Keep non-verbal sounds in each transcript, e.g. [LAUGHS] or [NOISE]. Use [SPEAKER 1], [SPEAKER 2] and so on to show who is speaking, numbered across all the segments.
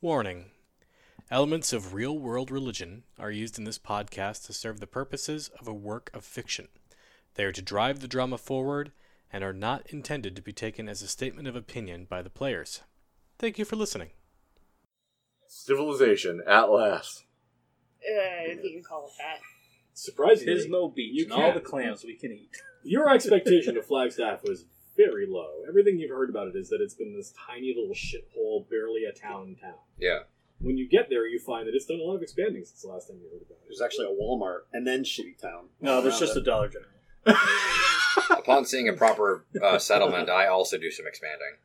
[SPEAKER 1] Warning Elements of real world religion are used in this podcast to serve the purposes of a work of fiction. They are to drive the drama forward and are not intended to be taken as a statement of opinion by the players. Thank you for listening.
[SPEAKER 2] Civilization at last.
[SPEAKER 3] Uh, if you can call it that.
[SPEAKER 4] Surprisingly,
[SPEAKER 5] Pismo Beach
[SPEAKER 4] You
[SPEAKER 5] and all
[SPEAKER 4] can't.
[SPEAKER 5] the clams we can eat.
[SPEAKER 4] your expectation of Flagstaff was very low. Everything you've heard about it is that it's been this tiny little shithole, barely a town town.
[SPEAKER 6] Yeah.
[SPEAKER 4] When you get there, you find that it's done a lot of expanding since the last time you heard about it.
[SPEAKER 7] There's actually a Walmart and then Shitty Town.
[SPEAKER 5] No, there's just a Dollar General.
[SPEAKER 6] Upon seeing a proper uh, settlement, I also do some expanding.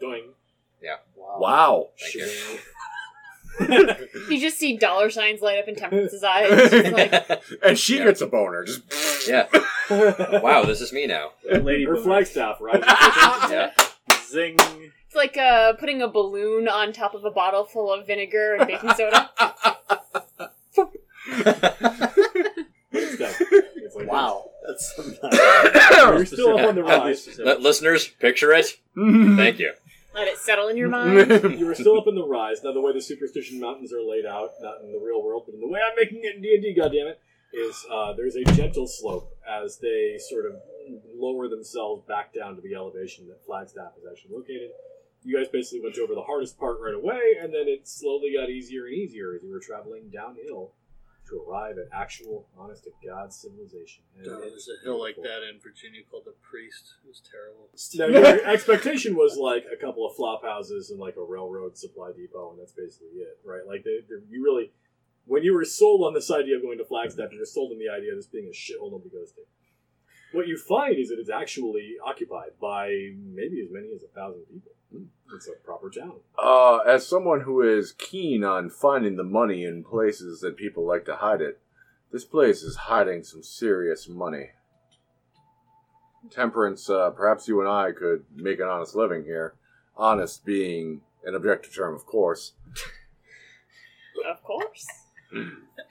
[SPEAKER 4] Going.
[SPEAKER 7] wow.
[SPEAKER 2] Wow.
[SPEAKER 6] Thank you.
[SPEAKER 3] You just see dollar signs light up in
[SPEAKER 6] [LAUGHS]
[SPEAKER 3] Temperance's eyes. It's just like,
[SPEAKER 2] And she
[SPEAKER 6] Yeah.
[SPEAKER 2] gets a
[SPEAKER 8] [LAUGHS]
[SPEAKER 2] boner. Just
[SPEAKER 6] Yeah. Wow, this is me now.
[SPEAKER 5] Lady
[SPEAKER 4] Her
[SPEAKER 5] Boom.
[SPEAKER 4] Flagstaff
[SPEAKER 5] [LAUGHS]
[SPEAKER 4] rises. to attention.
[SPEAKER 6] Yeah.
[SPEAKER 5] Zing.
[SPEAKER 3] it's like uh, putting a balloon on top of a bottle full of vinegar and baking soda.
[SPEAKER 4] Flagstaff. It's like,
[SPEAKER 7] Wow. That's
[SPEAKER 4] You're still up on the rise.
[SPEAKER 6] Li- listeners, picture it. Thank you.
[SPEAKER 3] [LAUGHS] Let it settle
[SPEAKER 6] [LAUGHS]
[SPEAKER 3] in your mind.
[SPEAKER 4] You were still up in the rise. Now the way the superstition mountains are laid out, not in the real world, but in the way I'm making it in D and D, goddammit, is uh, there's a gentle slope as they sort of lower themselves back down to the elevation that Flagstaff is actually located. You guys basically went over the hardest part right away, and then it slowly got easier and easier as you were traveling downhill to arrive at actual, honest to God civilization. And
[SPEAKER 8] Uh,
[SPEAKER 4] it-
[SPEAKER 8] There's a
[SPEAKER 2] [LAUGHS]
[SPEAKER 8] hill like that in Virginia called the Priest. It was terrible.
[SPEAKER 4] Now, your expectation was like a couple of flop houses and like a railroad supply depot, and that's basically it, right? Like, they, they, you really, when you were sold on this idea of going to Flagstaff, you were sold on the idea of this being a shithole nobody goes to. What you find is that it's actually occupied by maybe as many as a thousand people.
[SPEAKER 5] Hmm.
[SPEAKER 4] It's a proper town.
[SPEAKER 2] Uh, as someone who is keen on finding the money in places that people like to hide it, this place is hiding some serious money. Temperance, uh, perhaps you and I could make an honest living here. Honest being an objective term, of course. [LAUGHS]
[SPEAKER 8] [LAUGHS]
[SPEAKER 3] of course.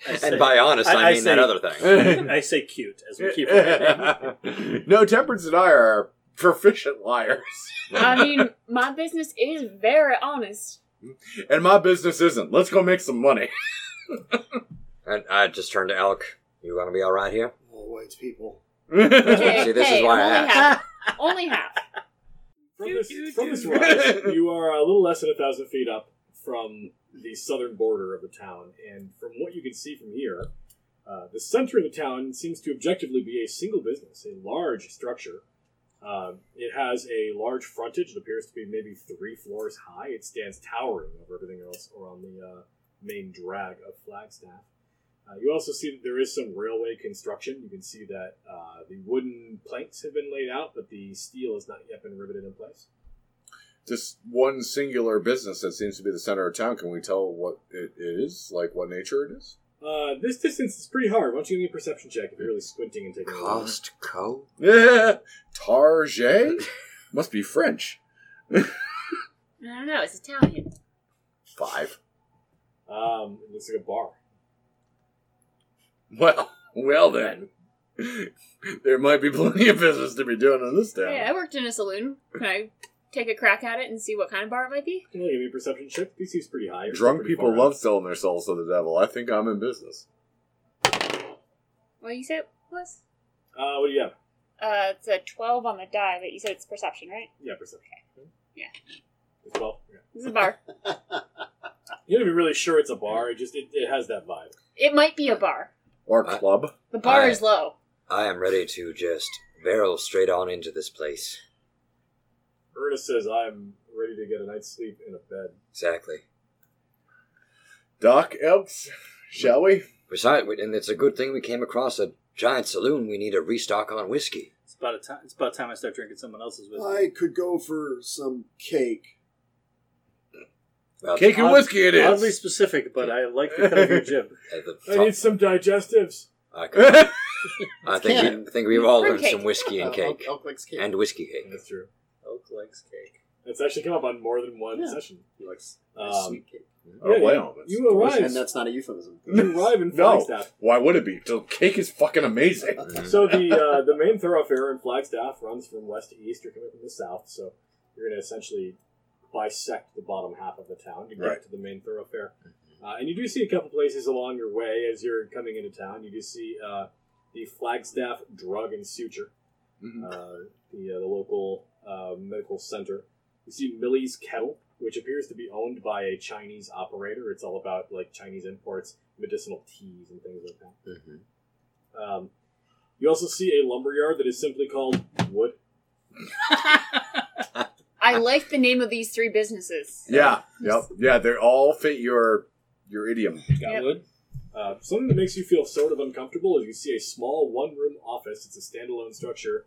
[SPEAKER 5] I say,
[SPEAKER 6] And by honest, I,
[SPEAKER 5] I- I
[SPEAKER 6] mean
[SPEAKER 5] say-
[SPEAKER 6] that other thing.
[SPEAKER 2] no,
[SPEAKER 5] [LAUGHS] I say cute as we
[SPEAKER 2] [LAUGHS]
[SPEAKER 5] keep it.
[SPEAKER 2] Temperance and I are proficient liars.
[SPEAKER 3] I mean, my business is very honest.
[SPEAKER 2] [LAUGHS] and my business isn't. Let's go make some money. [LAUGHS]
[SPEAKER 6] And I just turned to Alec. You gonna be all right here?
[SPEAKER 7] All white people.
[SPEAKER 3] Hey,
[SPEAKER 6] [LAUGHS] See, this
[SPEAKER 3] hey,
[SPEAKER 6] is why I
[SPEAKER 3] only
[SPEAKER 6] asked.
[SPEAKER 3] half. Only half.
[SPEAKER 4] From this, from this rise, you are a little less than a thousand feet up from the southern border of the town, and from what you can see from here, uh, the center of the town seems to objectively be a single business, a large structure. Uh, it has a large frontage. It appears to be maybe three floors high. It stands towering over everything else around the uh, main drag of Flagstaff. Uh, you also see that there is some railway construction. You can see that uh, the wooden planks have been laid out, but the steel has not yet been riveted in place.
[SPEAKER 2] this one singular business that seems to be the center of town. Can we tell what it is? Like what nature it is?
[SPEAKER 4] Uh, this distance is pretty hard. Why don't you give me a perception check if you're really squinting and taking a look?
[SPEAKER 6] Costco?
[SPEAKER 2] Yeah. [LAUGHS] Target? Must be French.
[SPEAKER 3] I don't know. It's Italian.
[SPEAKER 2] Five.
[SPEAKER 4] Um, it looks like a bar.
[SPEAKER 2] Well, well then. There might be plenty of business to be doing in this town.
[SPEAKER 3] Yeah, I worked in a saloon. Can I take a crack at it and see what kind of bar it might be?
[SPEAKER 4] Can you give me a perception check? DC is pretty high. You're still
[SPEAKER 2] Drunk
[SPEAKER 4] pretty
[SPEAKER 2] people
[SPEAKER 4] far
[SPEAKER 2] love
[SPEAKER 4] out.
[SPEAKER 2] selling their souls to the devil. I think I'm in business.
[SPEAKER 3] What you said it was?
[SPEAKER 4] Uh, what do you have?
[SPEAKER 3] Uh, it's a 12 on the die, but you said it's perception, right?
[SPEAKER 4] Yeah, perception.
[SPEAKER 3] Yeah.
[SPEAKER 4] It's Well, yeah.
[SPEAKER 3] This is a bar.
[SPEAKER 4] you're not even really sure it's a bar. It just it, it has that vibe.
[SPEAKER 3] it might be a bar.
[SPEAKER 2] Or
[SPEAKER 6] I-
[SPEAKER 2] club.
[SPEAKER 3] The bar
[SPEAKER 6] Alright.
[SPEAKER 3] is low.
[SPEAKER 6] I am ready to just barrel straight on into this place.
[SPEAKER 4] Ernest says, "I'm ready to get a night's sleep in a bed."
[SPEAKER 6] Exactly.
[SPEAKER 2] Doc Elks, shall we?
[SPEAKER 6] Besides, we- and it's a good thing we came across a giant saloon. We need a restock on whiskey.
[SPEAKER 5] It's about, a time, it's about time I start drinking someone else's whiskey.
[SPEAKER 7] I could go for some
[SPEAKER 2] [LAUGHS]
[SPEAKER 7] cake.
[SPEAKER 6] Well,
[SPEAKER 2] Cake and
[SPEAKER 5] Odd-
[SPEAKER 2] whiskey it
[SPEAKER 5] Oddly
[SPEAKER 2] is.
[SPEAKER 5] specific, but I like the cut of
[SPEAKER 2] [LAUGHS]
[SPEAKER 5] your jib.
[SPEAKER 6] uh, the
[SPEAKER 4] I need some digestives.
[SPEAKER 6] I,
[SPEAKER 2] Oh,
[SPEAKER 6] could- I think we, I think we've all
[SPEAKER 3] Fruit
[SPEAKER 6] learned
[SPEAKER 3] cake.
[SPEAKER 6] some whiskey and cake
[SPEAKER 7] Elk likes cake.
[SPEAKER 6] and whiskey cake.
[SPEAKER 4] That's true.
[SPEAKER 5] Oak likes cake.
[SPEAKER 4] It's actually come up on more than one
[SPEAKER 7] Yeah.
[SPEAKER 4] session.
[SPEAKER 7] he likes
[SPEAKER 4] Um,
[SPEAKER 7] sweet cake.
[SPEAKER 2] Oh,
[SPEAKER 4] Yeah,
[SPEAKER 2] wow.
[SPEAKER 4] You, you arrive.
[SPEAKER 7] And that's not a euphemism.
[SPEAKER 4] you arrive [LAUGHS] in
[SPEAKER 2] No.
[SPEAKER 4] Flagstaff.
[SPEAKER 2] Why would it be? The cake is fucking amazing.
[SPEAKER 4] So the uh, the main thoroughfare in Flagstaff runs from west to east. You're coming from the south, so you're going to essentially bisect the bottom half of the town to get
[SPEAKER 2] Right.
[SPEAKER 4] to the main thoroughfare. Uh, and you do see a couple places along your way as you're coming into town. You do see uh, the Flagstaff Drug and Suture,
[SPEAKER 2] Mhm.
[SPEAKER 4] uh, the, uh, the local uh, medical center. You see Millie's Kettle, which appears to be owned by a Chinese operator. It's all about like Chinese imports, medicinal teas, and things like that. Um, you also see a lumberyard that is simply called Wood.
[SPEAKER 3] I like the name of these three businesses.
[SPEAKER 2] Yeah. Yep. Yeah. They all fit your your idiom.
[SPEAKER 3] Yep.
[SPEAKER 4] wood. Uh, something that makes you feel sort of uncomfortable is you see a small one room office. It's a standalone structure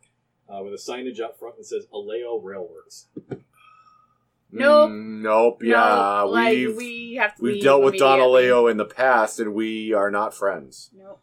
[SPEAKER 4] uh, with a signage up front that says Aleo Railworks.
[SPEAKER 3] Nope.
[SPEAKER 2] Mm, nope.
[SPEAKER 3] No,
[SPEAKER 2] Yeah.
[SPEAKER 3] like,
[SPEAKER 2] we've we've,
[SPEAKER 3] we have to leave
[SPEAKER 2] dealt with Don
[SPEAKER 3] immediately.
[SPEAKER 2] Aleo in the past, and we are not friends.
[SPEAKER 3] Nope.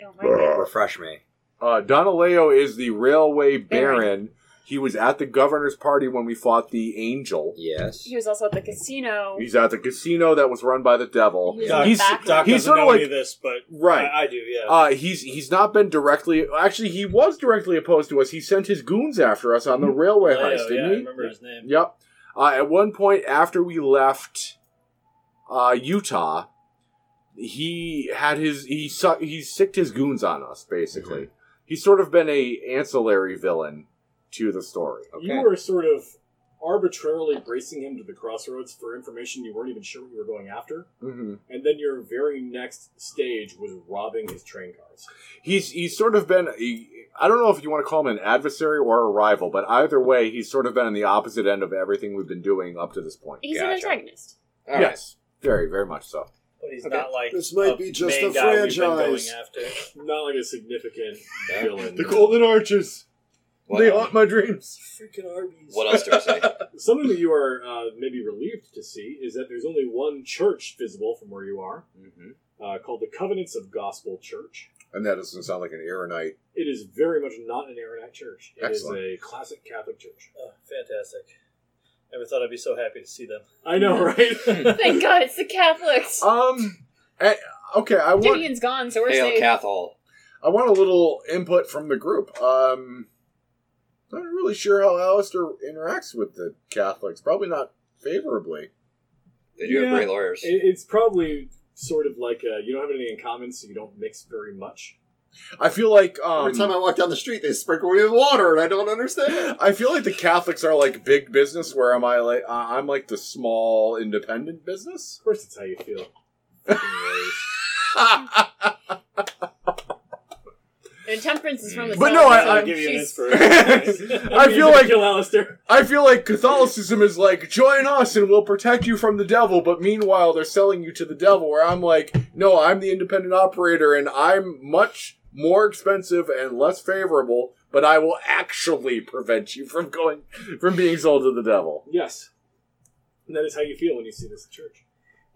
[SPEAKER 3] Don't like it.
[SPEAKER 6] Refresh me.
[SPEAKER 2] Uh, Donaleo is the railway
[SPEAKER 3] Baron.
[SPEAKER 2] baron. He was at the governor's party when we fought the angel.
[SPEAKER 6] Yes.
[SPEAKER 3] He was also at the casino.
[SPEAKER 2] He's at the casino that was run by the devil.
[SPEAKER 3] He's
[SPEAKER 5] Doc,
[SPEAKER 3] in the
[SPEAKER 2] He's-
[SPEAKER 5] Doc
[SPEAKER 3] back
[SPEAKER 5] doesn't
[SPEAKER 3] room.
[SPEAKER 2] he's sorta
[SPEAKER 5] know
[SPEAKER 2] like-
[SPEAKER 5] any of this, but
[SPEAKER 2] Right.
[SPEAKER 5] I, I do. Yeah.
[SPEAKER 2] Uh, he's he's not been directly. Actually, he was directly opposed to us. He sent his goons after us on the railway
[SPEAKER 5] Leo,
[SPEAKER 2] heist,
[SPEAKER 5] Oh, yeah,
[SPEAKER 2] didn't
[SPEAKER 5] I
[SPEAKER 2] he?
[SPEAKER 5] remember his name.
[SPEAKER 2] Yep. Uh, at one point after we left uh, Utah, he had his he su- he sicked his goons on us. Basically,
[SPEAKER 5] Mm-hmm.
[SPEAKER 2] he's sort of been a ancillary villain to the story.
[SPEAKER 6] Okay.
[SPEAKER 4] You were sort of arbitrarily bracing him to the crossroads for information you weren't even sure what you were going after,
[SPEAKER 2] hmm
[SPEAKER 4] and then your very next stage was robbing his train cars.
[SPEAKER 2] He's he's sort of been a, I don't know if you want to call him an adversary or a rival, but either way, he's sort of been on the opposite end of everything we've been doing up to this point.
[SPEAKER 3] He's an
[SPEAKER 6] Gotcha.
[SPEAKER 3] antagonist.
[SPEAKER 6] All right.
[SPEAKER 2] yes, very very much so.
[SPEAKER 5] But he's
[SPEAKER 6] Okay.
[SPEAKER 5] not like
[SPEAKER 7] This might
[SPEAKER 5] a
[SPEAKER 7] be just
[SPEAKER 5] main
[SPEAKER 7] a
[SPEAKER 5] guy we've been going
[SPEAKER 7] franchise.
[SPEAKER 5] after.
[SPEAKER 4] Not like a significant villain.
[SPEAKER 2] Arches.
[SPEAKER 6] What, um,
[SPEAKER 2] my dreams.
[SPEAKER 5] Freaking Arby's.
[SPEAKER 6] what else do I say?
[SPEAKER 4] [LAUGHS] Something that you are uh, maybe relieved to see is that there's only one church visible from where you are,
[SPEAKER 6] Mm-hmm.
[SPEAKER 4] uh, called the Covenants of Gospel Church.
[SPEAKER 2] And that doesn't sound like an Aaronite.
[SPEAKER 4] It is very much not an Aaronite church. It is
[SPEAKER 2] Excellent.
[SPEAKER 4] a classic Catholic church.
[SPEAKER 5] Oh, fantastic. Never thought I'd be so happy to see them.
[SPEAKER 4] I
[SPEAKER 6] [LAUGHS]
[SPEAKER 4] know, right?
[SPEAKER 6] Hmm.
[SPEAKER 3] Thank God it's the Catholics.
[SPEAKER 2] Um. eh, okay, I want
[SPEAKER 3] Gideon's gone, so we're
[SPEAKER 6] Hail
[SPEAKER 3] safe.
[SPEAKER 6] Cathol.
[SPEAKER 2] I want a little input from the group. Um, not really sure how Alistair interacts with the Catholics. Probably not favorably.
[SPEAKER 6] They do have
[SPEAKER 4] Yeah.
[SPEAKER 6] great lawyers.
[SPEAKER 4] It- it's probably sort of like uh you don't have anything in common, so you don't mix very much.
[SPEAKER 2] I feel like um,
[SPEAKER 7] Every time I walk down the street, they sprinkle me with water, and I don't understand.
[SPEAKER 2] I feel like the Catholics are like big business, where am I like uh, I'm like the small independent business. [LAUGHS]
[SPEAKER 4] Of course, it's how you
[SPEAKER 5] [LAUGHS]
[SPEAKER 4] feel. Fucking ways.
[SPEAKER 3] And temperance is from the
[SPEAKER 2] But
[SPEAKER 3] south,
[SPEAKER 2] no, I-
[SPEAKER 3] so
[SPEAKER 2] I-
[SPEAKER 5] give you an
[SPEAKER 3] she's-
[SPEAKER 5] inspiration.
[SPEAKER 2] I feel like
[SPEAKER 4] kill Alistair.
[SPEAKER 2] I feel like Catholicism is like join us and we'll protect you from the devil, but meanwhile they're selling you to the devil. Where I'm like, no, I'm the independent operator and I'm much more expensive and less favorable, but I will actually prevent you from going from being sold to the devil.
[SPEAKER 4] Yes, and that is how you feel when you see this church.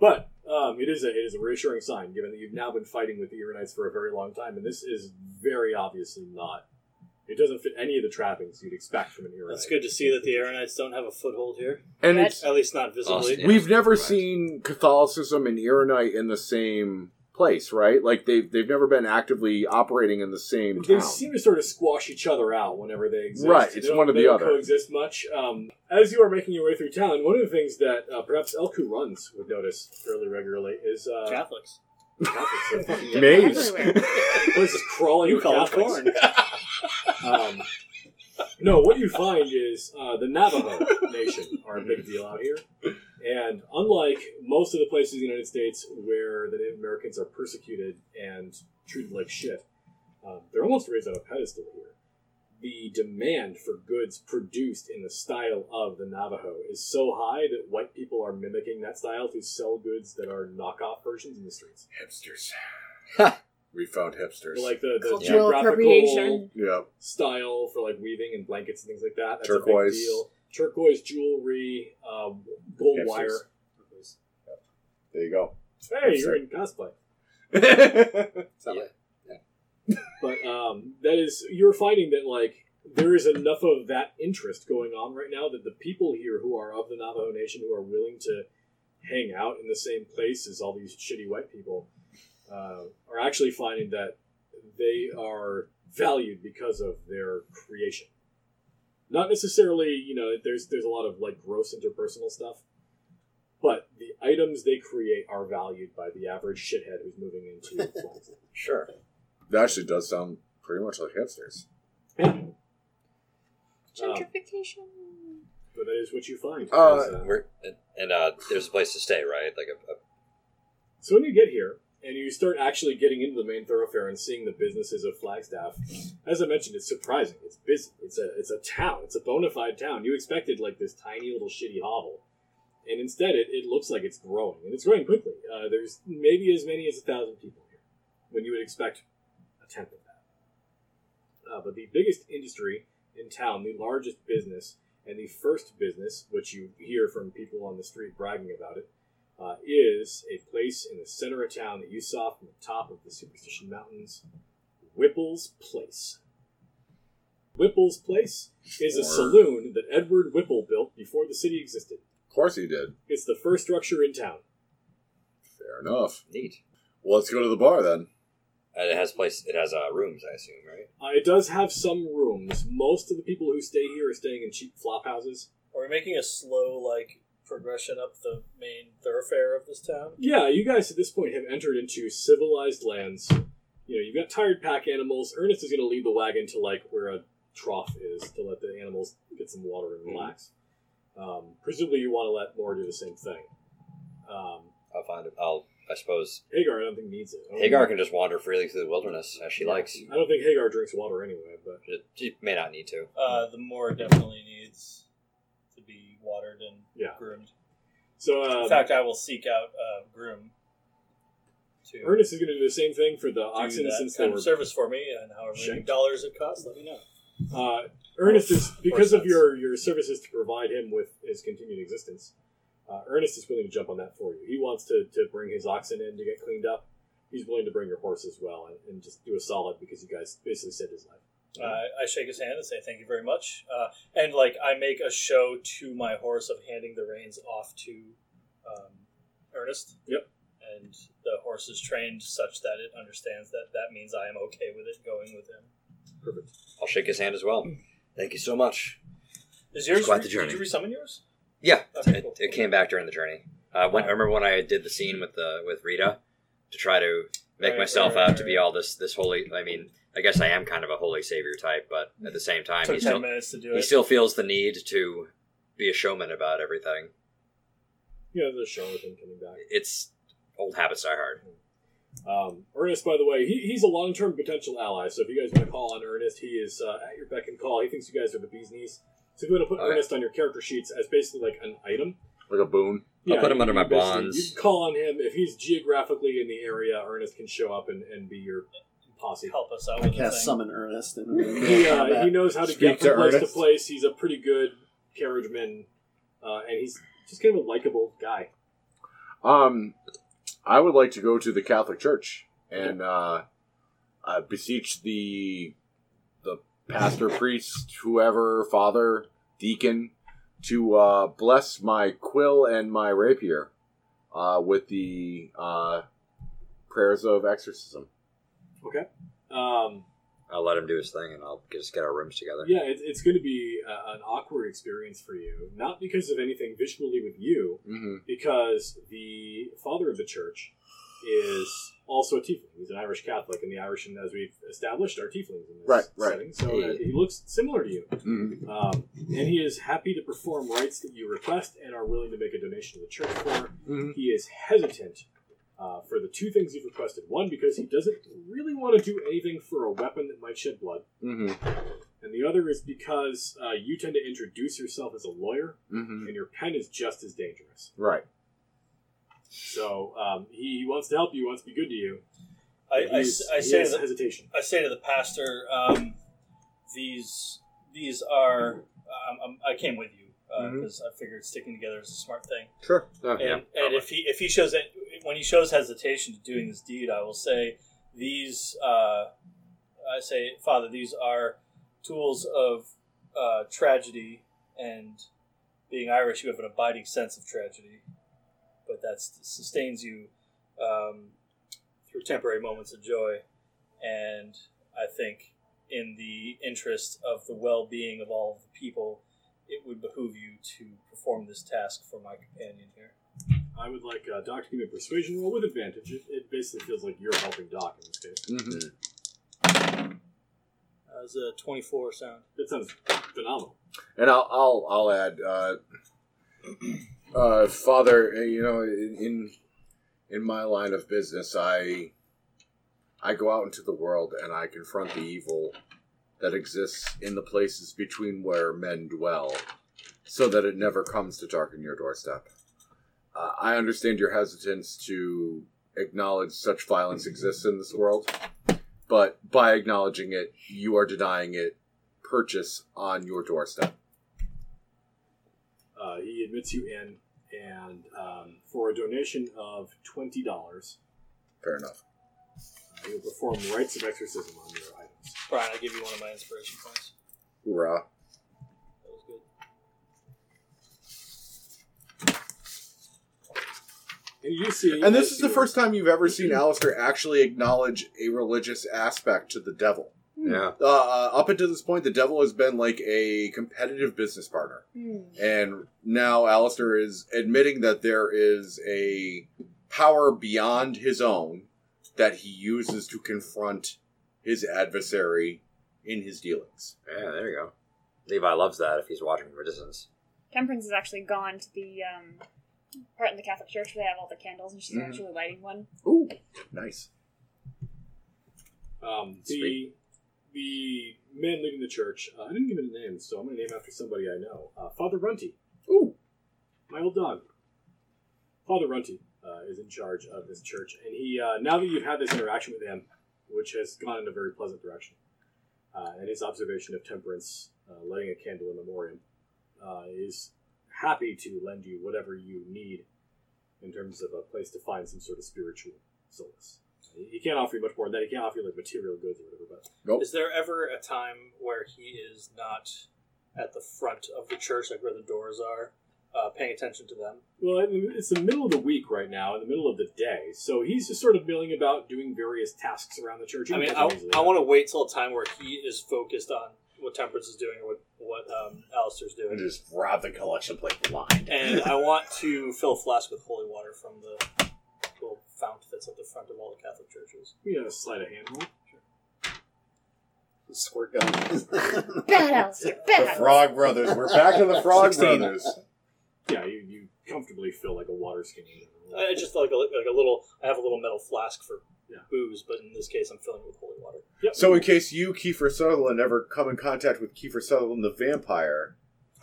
[SPEAKER 4] But um, it is a it is a reassuring sign, given that you've now been fighting with the Iranites for a very long time, and this is very obviously not. It doesn't fit any of the trappings you'd expect from an Iranite.
[SPEAKER 5] It's good to see that the Aaronites don't have a foothold here.
[SPEAKER 2] And
[SPEAKER 3] That-
[SPEAKER 2] it's
[SPEAKER 5] At least not visibly.
[SPEAKER 6] Austin.
[SPEAKER 2] we've never
[SPEAKER 6] Right.
[SPEAKER 2] seen Catholicism and Ironite in the same place, right? Like they've they've never been actively operating in the same
[SPEAKER 4] They
[SPEAKER 2] town.
[SPEAKER 4] seem to sort of squash each other out whenever they exist.
[SPEAKER 2] Right,
[SPEAKER 4] They
[SPEAKER 2] it's
[SPEAKER 4] don't-
[SPEAKER 2] one or
[SPEAKER 4] they
[SPEAKER 2] the
[SPEAKER 4] don't
[SPEAKER 2] other.
[SPEAKER 4] Coexist much. Um, as you are making your way through town, one of the things that uh, perhaps Elku runs would notice fairly regularly is uh,
[SPEAKER 5] Catholics.
[SPEAKER 2] [LAUGHS]
[SPEAKER 4] Catholics. The
[SPEAKER 3] [LAUGHS]
[SPEAKER 4] fucking
[SPEAKER 2] Maze.
[SPEAKER 3] Everywhere.
[SPEAKER 4] place is crawling
[SPEAKER 5] You
[SPEAKER 4] with
[SPEAKER 5] call it
[SPEAKER 4] Catholics.
[SPEAKER 5] corn.
[SPEAKER 4] Um, no, what you find is uh, the Navajo Nation are a big deal out here. And unlike most of the places in the United States where the Native Americans are persecuted and treated like shit, um, they're almost raised on a pedestal here. The demand for goods produced in the style of the Navajo is so high that white people are mimicking that style to sell goods that are knockoff versions in the streets.
[SPEAKER 2] hipsters. [LAUGHS] we found hipsters.
[SPEAKER 4] Like the, the
[SPEAKER 3] Cultural
[SPEAKER 4] geographical
[SPEAKER 3] appropriation.
[SPEAKER 2] yeah.
[SPEAKER 4] style for like weaving and blankets and things like that. That's a
[SPEAKER 2] Turquoise.
[SPEAKER 4] big deal. Turquoise jewelry, um, gold
[SPEAKER 2] Hipsters.
[SPEAKER 4] wire.
[SPEAKER 2] There you [LAUGHS] go.
[SPEAKER 4] Hey, you're in cosplay.
[SPEAKER 6] Yeah.
[SPEAKER 4] But um, that is, you're finding that like there is enough of that interest going on right now that the people here who are of the Navajo Nation who are willing to hang out in the same place as all these shitty white people uh, are actually finding that they are valued because of their creation. Not necessarily, you know, there's there's a lot of like gross interpersonal stuff, but the items they create are valued by the average shithead who's moving into Blackstone.
[SPEAKER 5] Sure.
[SPEAKER 2] That actually does sound pretty much like hipsters.
[SPEAKER 5] Um,
[SPEAKER 3] Gentrification.
[SPEAKER 4] But that is what you find.
[SPEAKER 2] Uh,
[SPEAKER 4] Because, uh,
[SPEAKER 6] We're, and- and uh, there's a place to stay, right? Like a, a
[SPEAKER 4] So when you get here and you start actually getting into the main thoroughfare and seeing the businesses of Flagstaff, as I mentioned, it's surprising. It's busy. It's a it's a town. It's a bona fide town. You expected like this tiny little shitty hovel, and instead it, it looks like it's growing and it's growing quickly. Uh, there's maybe as many as a thousand people here, when you would expect a tenth of that. Uh, but the biggest industry in town, the largest business, and the first business, which you hear from people on the street bragging about it, uh, is a place in the center of town that you saw from the top of the Superstition Mountains, Whipple's Place. Whipple's Place is a
[SPEAKER 2] Word.
[SPEAKER 4] saloon that Edward Whipple built before the city existed.
[SPEAKER 2] Of course he did.
[SPEAKER 4] It's the first structure in town.
[SPEAKER 2] Fair enough.
[SPEAKER 6] neat.
[SPEAKER 2] Well, let's go to the bar then.
[SPEAKER 6] And it has place. It has uh, rooms, I assume, right?
[SPEAKER 4] Uh, it does have some rooms. Most of the people who stay here are staying in cheap flop houses.
[SPEAKER 5] Are we making a slow like progression up the main thoroughfare of this town?
[SPEAKER 4] Yeah, you guys at this point have entered into civilized lands. You know, you've got tired pack animals. Ernest is going to lead the wagon to like where a trough is to let the animals get some water
[SPEAKER 5] Hmm.
[SPEAKER 4] and relax. Um, presumably, you want to let Moore do the same thing. Um,
[SPEAKER 6] I'll find it. I'll. I suppose
[SPEAKER 4] Hagar, I don't think needs it. I don't
[SPEAKER 6] Hagar
[SPEAKER 4] think-
[SPEAKER 6] can just wander freely through the wilderness as she likes.
[SPEAKER 4] I don't think Hagar drinks water anyway, but
[SPEAKER 6] She- She may not need to.
[SPEAKER 5] Uh, the moor definitely needs to be watered and
[SPEAKER 4] Yeah.
[SPEAKER 5] groomed.
[SPEAKER 4] so
[SPEAKER 5] In
[SPEAKER 4] um,
[SPEAKER 5] fact, I will seek out a groom to
[SPEAKER 4] Ernest is going to do the same thing for the
[SPEAKER 5] do
[SPEAKER 4] oxen
[SPEAKER 5] that
[SPEAKER 4] since they
[SPEAKER 5] kind
[SPEAKER 4] were
[SPEAKER 5] of service for me, and however many
[SPEAKER 4] shanked.
[SPEAKER 5] dollars it costs, let me know.
[SPEAKER 4] Uh, Ernest is because of
[SPEAKER 5] sense.
[SPEAKER 4] your your services to provide him with his continued existence. Uh, Ernest is willing to jump on that for you. He wants to, to bring his oxen in to get cleaned up. He's willing to bring your horse as well and, and just do a solid because you guys basically saved his life.
[SPEAKER 5] Uh, I shake his hand and say thank you very much. Uh, and like I make a show to my horse of handing the reins off to um, Ernest.
[SPEAKER 4] Yep.
[SPEAKER 5] And the horse is trained such that it understands that that means I am okay with it going with him.
[SPEAKER 6] I'll shake his hand as well. Thank you so much.
[SPEAKER 5] Is yours?
[SPEAKER 6] It's quite the
[SPEAKER 5] Did
[SPEAKER 6] journey.
[SPEAKER 5] you resummon yours?
[SPEAKER 6] Yeah,
[SPEAKER 5] Okay,
[SPEAKER 6] it,
[SPEAKER 5] cool.
[SPEAKER 6] it came back during the journey. Uh, when, I remember when I did the scene with the with Rita to try to make
[SPEAKER 5] Right,
[SPEAKER 6] myself
[SPEAKER 5] right,
[SPEAKER 6] out
[SPEAKER 5] right,
[SPEAKER 6] to be all this this holy. I mean, I guess I am kind of a holy savior type, but at the same time,
[SPEAKER 5] Took
[SPEAKER 6] he
[SPEAKER 5] ten
[SPEAKER 6] still
[SPEAKER 5] minutes to do
[SPEAKER 6] he
[SPEAKER 5] it.
[SPEAKER 6] still feels the need to be a showman about everything.
[SPEAKER 4] You know, the show with him coming back.
[SPEAKER 6] It's old habits die hard.
[SPEAKER 4] Um, Ernest, by the way, he, he's a long term potential ally. So if you guys want to call on Ernest, he is uh, at your beck and call. He thinks you guys are the bee's knees. So if you want to put
[SPEAKER 6] Okay.
[SPEAKER 4] Ernest on your character sheets as basically like an item,
[SPEAKER 2] Like a boon.
[SPEAKER 6] I'll put him
[SPEAKER 4] you-
[SPEAKER 6] under
[SPEAKER 4] you
[SPEAKER 6] my
[SPEAKER 4] basically-
[SPEAKER 6] bonds.
[SPEAKER 4] You can call on him if he's geographically in the area. Ernest can show up and, and be your posse.
[SPEAKER 5] help us out
[SPEAKER 9] I
[SPEAKER 5] with the
[SPEAKER 9] cast
[SPEAKER 5] thing.
[SPEAKER 9] summon Ernest and
[SPEAKER 4] He, uh, he knows how to get
[SPEAKER 7] Speak
[SPEAKER 4] from
[SPEAKER 7] to
[SPEAKER 4] place
[SPEAKER 7] Ernest.
[SPEAKER 4] to place. He's a pretty good carriageman, uh, and he's just kind of a likable guy.
[SPEAKER 2] Um, I would like to go to the Catholic Church and uh, uh, beseech the the pastor, priest, whoever, father, deacon, to uh, bless my quill and my rapier uh, with the uh, prayers of exorcism.
[SPEAKER 4] Um,
[SPEAKER 6] I'll let him do his thing, and I'll just get our rooms together.
[SPEAKER 4] yeah, it, it's going to be uh, an awkward experience for you, not because of anything visually with you,
[SPEAKER 2] Mm-hmm.
[SPEAKER 4] because the father of the church is also a tiefling. He's an Irish Catholic, and the Irish, and as we've established, are tieflings in this
[SPEAKER 2] Right, right.
[SPEAKER 4] setting. So uh, he looks similar to you,
[SPEAKER 2] Mm-hmm.
[SPEAKER 4] um, and he is happy to perform rites that you request and are willing to make a donation to the church for.
[SPEAKER 2] Mhm.
[SPEAKER 4] He is hesitant. Uh, for the two things you've requested, one because he doesn't really want to do anything for a weapon that might shed blood,
[SPEAKER 2] Mm-hmm.
[SPEAKER 4] and the other is because uh, you tend to introduce yourself as a lawyer,
[SPEAKER 2] Mm-hmm.
[SPEAKER 4] and your pen is just as dangerous.
[SPEAKER 2] Right.
[SPEAKER 4] So um, he, he wants to help you, wants to be good to you.
[SPEAKER 5] I, I, I
[SPEAKER 4] He's- he
[SPEAKER 5] say
[SPEAKER 4] has
[SPEAKER 5] that
[SPEAKER 4] hesitation.
[SPEAKER 5] I say to the pastor, um, these these are. Um, um, I came with you
[SPEAKER 6] Mm-hmm.
[SPEAKER 2] Mhm.
[SPEAKER 5] because I figured sticking together is a smart thing.
[SPEAKER 2] Sure.
[SPEAKER 5] And,
[SPEAKER 2] Oh,
[SPEAKER 5] and if he if he shows that when he shows hesitation to doing this deed, I will say these. Uh, I say, Father, these are tools of uh, tragedy, and being Irish, you have an abiding sense of tragedy, but that s- sustains you um, through temporary moments of joy. And I think in the interest of the well-being of all of the people, it would behoove you to perform this task for my companion here.
[SPEAKER 4] I would like uh, Doc to give me a persuasion roll with advantage. It, it basically feels like you're helping Doc in this case.
[SPEAKER 2] Mm-hmm.
[SPEAKER 5] As a 24 sound.
[SPEAKER 4] That sounds phenomenal.
[SPEAKER 2] And I'll I'll, I'll add, uh, [CLEARS THROAT] uh, Father, uh, you know, in, in in my line of business, I I go out into the world and I confront the evil that exists in the places between where men dwell, so that it never comes to darken your doorstep. Uh, I understand your hesitance to acknowledge such violence exists in this world, but by acknowledging it, you are denying it purchase on your doorstep.
[SPEAKER 4] Uh, he admits you in, and um, for a donation of twenty dollars,
[SPEAKER 2] Fair enough.
[SPEAKER 4] uh, he will perform rites of exorcism on your items.
[SPEAKER 5] Brian, I'll give you one of my inspiration points.
[SPEAKER 2] Hoorah.
[SPEAKER 5] That was good.
[SPEAKER 4] And you see,
[SPEAKER 2] And this
[SPEAKER 4] as
[SPEAKER 2] is the
[SPEAKER 4] you-
[SPEAKER 2] first time you've ever seen Alistair actually acknowledge a religious aspect to the devil.
[SPEAKER 6] Yeah.
[SPEAKER 2] Uh, uh, up until this point, the devil has been like a competitive business partner.
[SPEAKER 3] Hmm.
[SPEAKER 2] And now Alistair is admitting that there is a power beyond his own that he uses to confront his adversary in his dealings.
[SPEAKER 6] Yeah, there you go. Levi loves that if he's watching from a distance.
[SPEAKER 3] Temperance has actually gone to the um, part in the Catholic Church where they have all the candles, and she's
[SPEAKER 5] Mm-hmm.
[SPEAKER 2] Mhm.
[SPEAKER 3] actually lighting one.
[SPEAKER 2] Ooh, nice.
[SPEAKER 4] Um, the
[SPEAKER 6] Sweet.
[SPEAKER 4] the man leading the church. Uh, I didn't give it a name, so I'm going to name after somebody I know. Uh, Father Runty.
[SPEAKER 2] Ooh.
[SPEAKER 4] my old dog. Father Runty uh, is in charge of this church, and he uh, now that you've had this interaction with him, which has gone in a very pleasant direction, uh, and his observation of temperance, uh, lighting a candle in memoriam, uh, is happy to lend you whatever you need in terms of a place to find some sort of spiritual solace. He- He can't offer you much more than that. He can't offer you like material goods or whatever, but
[SPEAKER 2] Nope.
[SPEAKER 5] Is there ever a time where he is not at the front of the church, like where the doors are, uh, paying attention to them?
[SPEAKER 4] Well, I mean, it's the middle of the week right now, in the middle of the day, so he's just sort of milling about doing various tasks around the church.
[SPEAKER 5] I mean, I, I want to wait till a time where he is focused on what Temperance is doing or what, what um, Alistair's doing.
[SPEAKER 2] just rob the collection plate blind.
[SPEAKER 5] and I want to fill flask with holy water from the little fount that's at the front of all the Catholic churches.
[SPEAKER 4] to you know, slide a hand roll.
[SPEAKER 7] Squirt gun.
[SPEAKER 3] Bad Alistair,
[SPEAKER 5] [LAUGHS]
[SPEAKER 7] The
[SPEAKER 3] bad.
[SPEAKER 7] Frog Brothers. We're back to the Frog Brothers.
[SPEAKER 4] Yeah, you, you comfortably fill like a water skin.
[SPEAKER 5] I I just like a, like a little. I have a little metal flask for
[SPEAKER 4] Yeah.
[SPEAKER 5] booze, but in this case, I'm filling it with holy water.
[SPEAKER 4] Yep.
[SPEAKER 2] So, in case you, Kiefer Sutherland, ever come in contact with Kiefer Sutherland the vampire,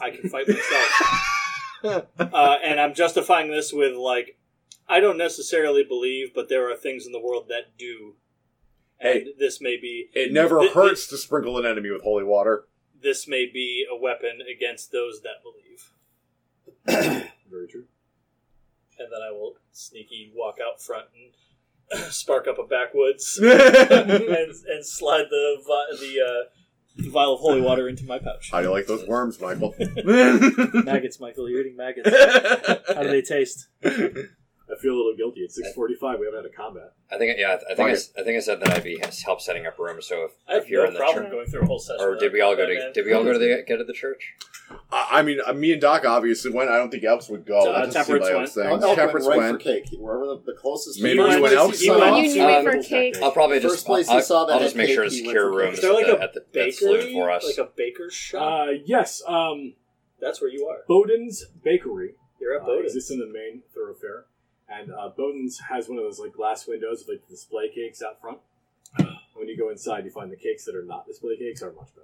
[SPEAKER 5] I can fight myself. uh, and I'm justifying this with like, I don't necessarily believe, but there are things in the world that do. And this may be
[SPEAKER 2] it never
[SPEAKER 5] thi- thi-
[SPEAKER 2] hurts to sprinkle an enemy with holy
[SPEAKER 5] [LAUGHS]
[SPEAKER 2] water.
[SPEAKER 5] This may be a weapon against those that believe.
[SPEAKER 4] Very true.
[SPEAKER 5] And then I will sneaky walk out front and [CLEARS THROAT] spark up a backwoods [LAUGHS] and,
[SPEAKER 2] How
[SPEAKER 5] and slide the vi- the uh, vial of holy water into my pouch.
[SPEAKER 2] do you like those worms, Michael?
[SPEAKER 5] Maggots, Michael, you're eating maggots.
[SPEAKER 2] [LAUGHS]
[SPEAKER 5] How do they taste?
[SPEAKER 4] I feel a little guilty. It's six forty-five. We haven't had a combat.
[SPEAKER 6] I think, yeah, I think I, s- I think I said that I'd be help setting up rooms. So if,
[SPEAKER 5] I have
[SPEAKER 6] if you're
[SPEAKER 5] no
[SPEAKER 6] in the
[SPEAKER 5] problem
[SPEAKER 6] church,
[SPEAKER 5] going through a whole session.
[SPEAKER 6] or
[SPEAKER 5] of
[SPEAKER 6] did we all go
[SPEAKER 5] that,
[SPEAKER 6] to
[SPEAKER 5] man.
[SPEAKER 6] did we all go to the get to the church?
[SPEAKER 2] I I mean, uh, me and Doc obviously went. I don't think Elps would go.
[SPEAKER 5] Uh,
[SPEAKER 2] That doesn't seem
[SPEAKER 5] Temperance
[SPEAKER 2] like
[SPEAKER 5] went. Oh,
[SPEAKER 2] Elps thing.
[SPEAKER 7] Elk
[SPEAKER 2] Temperance
[SPEAKER 7] went right
[SPEAKER 2] went.
[SPEAKER 7] for cake. Wherever the, the closest.
[SPEAKER 2] Maybe you
[SPEAKER 7] First
[SPEAKER 2] and
[SPEAKER 7] place he
[SPEAKER 2] Elk
[SPEAKER 7] saw-
[SPEAKER 2] saw-
[SPEAKER 3] You
[SPEAKER 5] um,
[SPEAKER 3] went for cake.
[SPEAKER 6] I'll probably just
[SPEAKER 7] First place
[SPEAKER 6] I'll,
[SPEAKER 7] you saw that
[SPEAKER 6] I'll just
[SPEAKER 7] had
[SPEAKER 6] make sure to
[SPEAKER 7] cake, you
[SPEAKER 6] secure
[SPEAKER 7] went for
[SPEAKER 6] rooms
[SPEAKER 5] Is there like
[SPEAKER 6] at the,
[SPEAKER 5] a
[SPEAKER 6] at the at the saloon
[SPEAKER 5] bakery,
[SPEAKER 6] for us.
[SPEAKER 5] like a baker's shop.
[SPEAKER 4] Uh, yes, um,
[SPEAKER 5] That's where you are.
[SPEAKER 4] Bowden's Bakery
[SPEAKER 5] You're at
[SPEAKER 4] uh,
[SPEAKER 5] Bowdoin.
[SPEAKER 4] exists in the main thoroughfare, and uh, Bowden's has one of those like glass windows with like the display cakes out front.
[SPEAKER 2] Uh.
[SPEAKER 4] When you go inside, you find the cakes that are not display cakes are much better.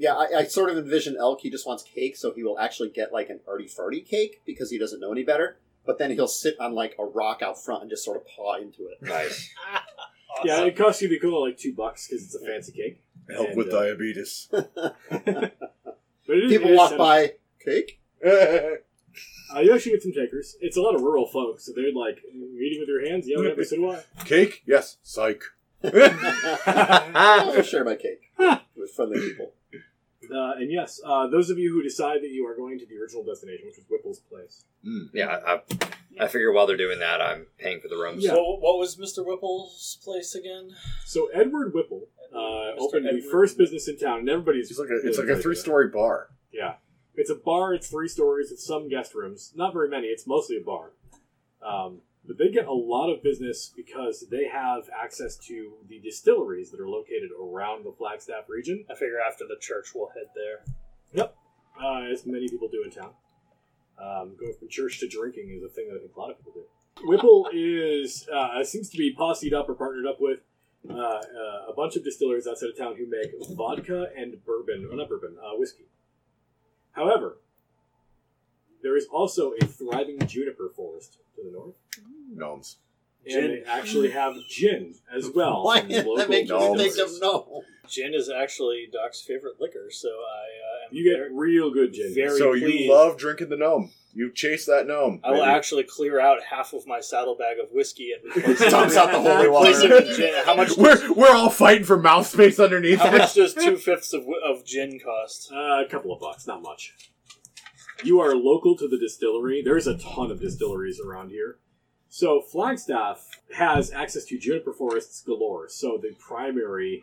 [SPEAKER 7] Yeah, I, I sort of envision Elk. He just wants cake, so he will actually get like an arty farty cake because he doesn't know any better. But then he'll sit on like a rock out front and just sort of paw into it.
[SPEAKER 6] nice.
[SPEAKER 4] Yeah, it costs you the equivalent of like two bucks because it's a fancy cake.
[SPEAKER 2] Help
[SPEAKER 4] And,
[SPEAKER 2] with
[SPEAKER 4] uh,
[SPEAKER 2] diabetes.
[SPEAKER 4] But it is, it
[SPEAKER 7] People
[SPEAKER 4] is
[SPEAKER 7] walk
[SPEAKER 4] central.
[SPEAKER 7] by. Cake.
[SPEAKER 4] Uh, you actually get some takers. It's a lot of rural folks, so they're like eating with your hands. Yeah, whatever. So do I.
[SPEAKER 2] Cake? Yes.
[SPEAKER 5] [LAUGHS]
[SPEAKER 2] Psych.
[SPEAKER 5] Ah.
[SPEAKER 7] I'll share my cake with friendly people.
[SPEAKER 4] Uh, and yes, uh, those of you who decide that you are going to the original destination, which was Whipple's place,
[SPEAKER 6] Yeah, I, I figure while they're doing that, I'm paying for the rooms.
[SPEAKER 4] Yeah.
[SPEAKER 5] So what was Mr. Whipple's place again?
[SPEAKER 4] So Edward Whipple uh, uh, opened the
[SPEAKER 5] Edward.
[SPEAKER 4] first business in town, and everybody's
[SPEAKER 2] It's like a, it's like a
[SPEAKER 4] really
[SPEAKER 2] three story bar.
[SPEAKER 4] Yeah. It's a bar, it's three stories, it's some guest rooms. Not very many, it's mostly a bar. Um, but they get a lot of business because they have access to the distilleries that are located around the Flagstaff region,
[SPEAKER 5] I figure after the church, we'll head there.
[SPEAKER 4] uh, as many people do in town. Um, going from church to drinking is a thing that I think a lot of people do.
[SPEAKER 5] [LAUGHS]
[SPEAKER 4] Whipple is uh, seems to be posseed up or partnered up with uh, uh, a bunch of distillers outside of town who make vodka and bourbon, well, not bourbon, uh, whiskey. However, there is also a thriving juniper forest to the north,
[SPEAKER 2] Gnomes.
[SPEAKER 4] and
[SPEAKER 5] Gin.
[SPEAKER 4] they actually have gin
[SPEAKER 7] [LAUGHS]
[SPEAKER 4] as well.
[SPEAKER 7] [LAUGHS] Why
[SPEAKER 4] from these
[SPEAKER 7] did that
[SPEAKER 4] local
[SPEAKER 7] make you
[SPEAKER 2] dollars.
[SPEAKER 7] think
[SPEAKER 4] distilleries.
[SPEAKER 7] of no?
[SPEAKER 5] Gin is actually Doc's favorite liquor, so I uh, am
[SPEAKER 4] You get
[SPEAKER 5] very-
[SPEAKER 4] real good gin.
[SPEAKER 5] Very
[SPEAKER 2] so
[SPEAKER 5] pleased.
[SPEAKER 2] you love drinking the gnome. You chase that gnome.
[SPEAKER 5] I will
[SPEAKER 2] baby.
[SPEAKER 5] actually clear out half of my saddlebag of whiskey and [LAUGHS] replace it
[SPEAKER 7] Dumps out the holy
[SPEAKER 5] replace it
[SPEAKER 7] water.
[SPEAKER 5] with gin. How much?
[SPEAKER 2] We're we're all fighting for mouth space underneath
[SPEAKER 5] [LAUGHS] How
[SPEAKER 2] that.
[SPEAKER 5] much does two fifths of, wi- of gin cost?
[SPEAKER 4] Uh, a couple of bucks, not much. You are local to the distillery. There's a ton of distilleries around here. So Flagstaff has access to juniper forests galore. So the primary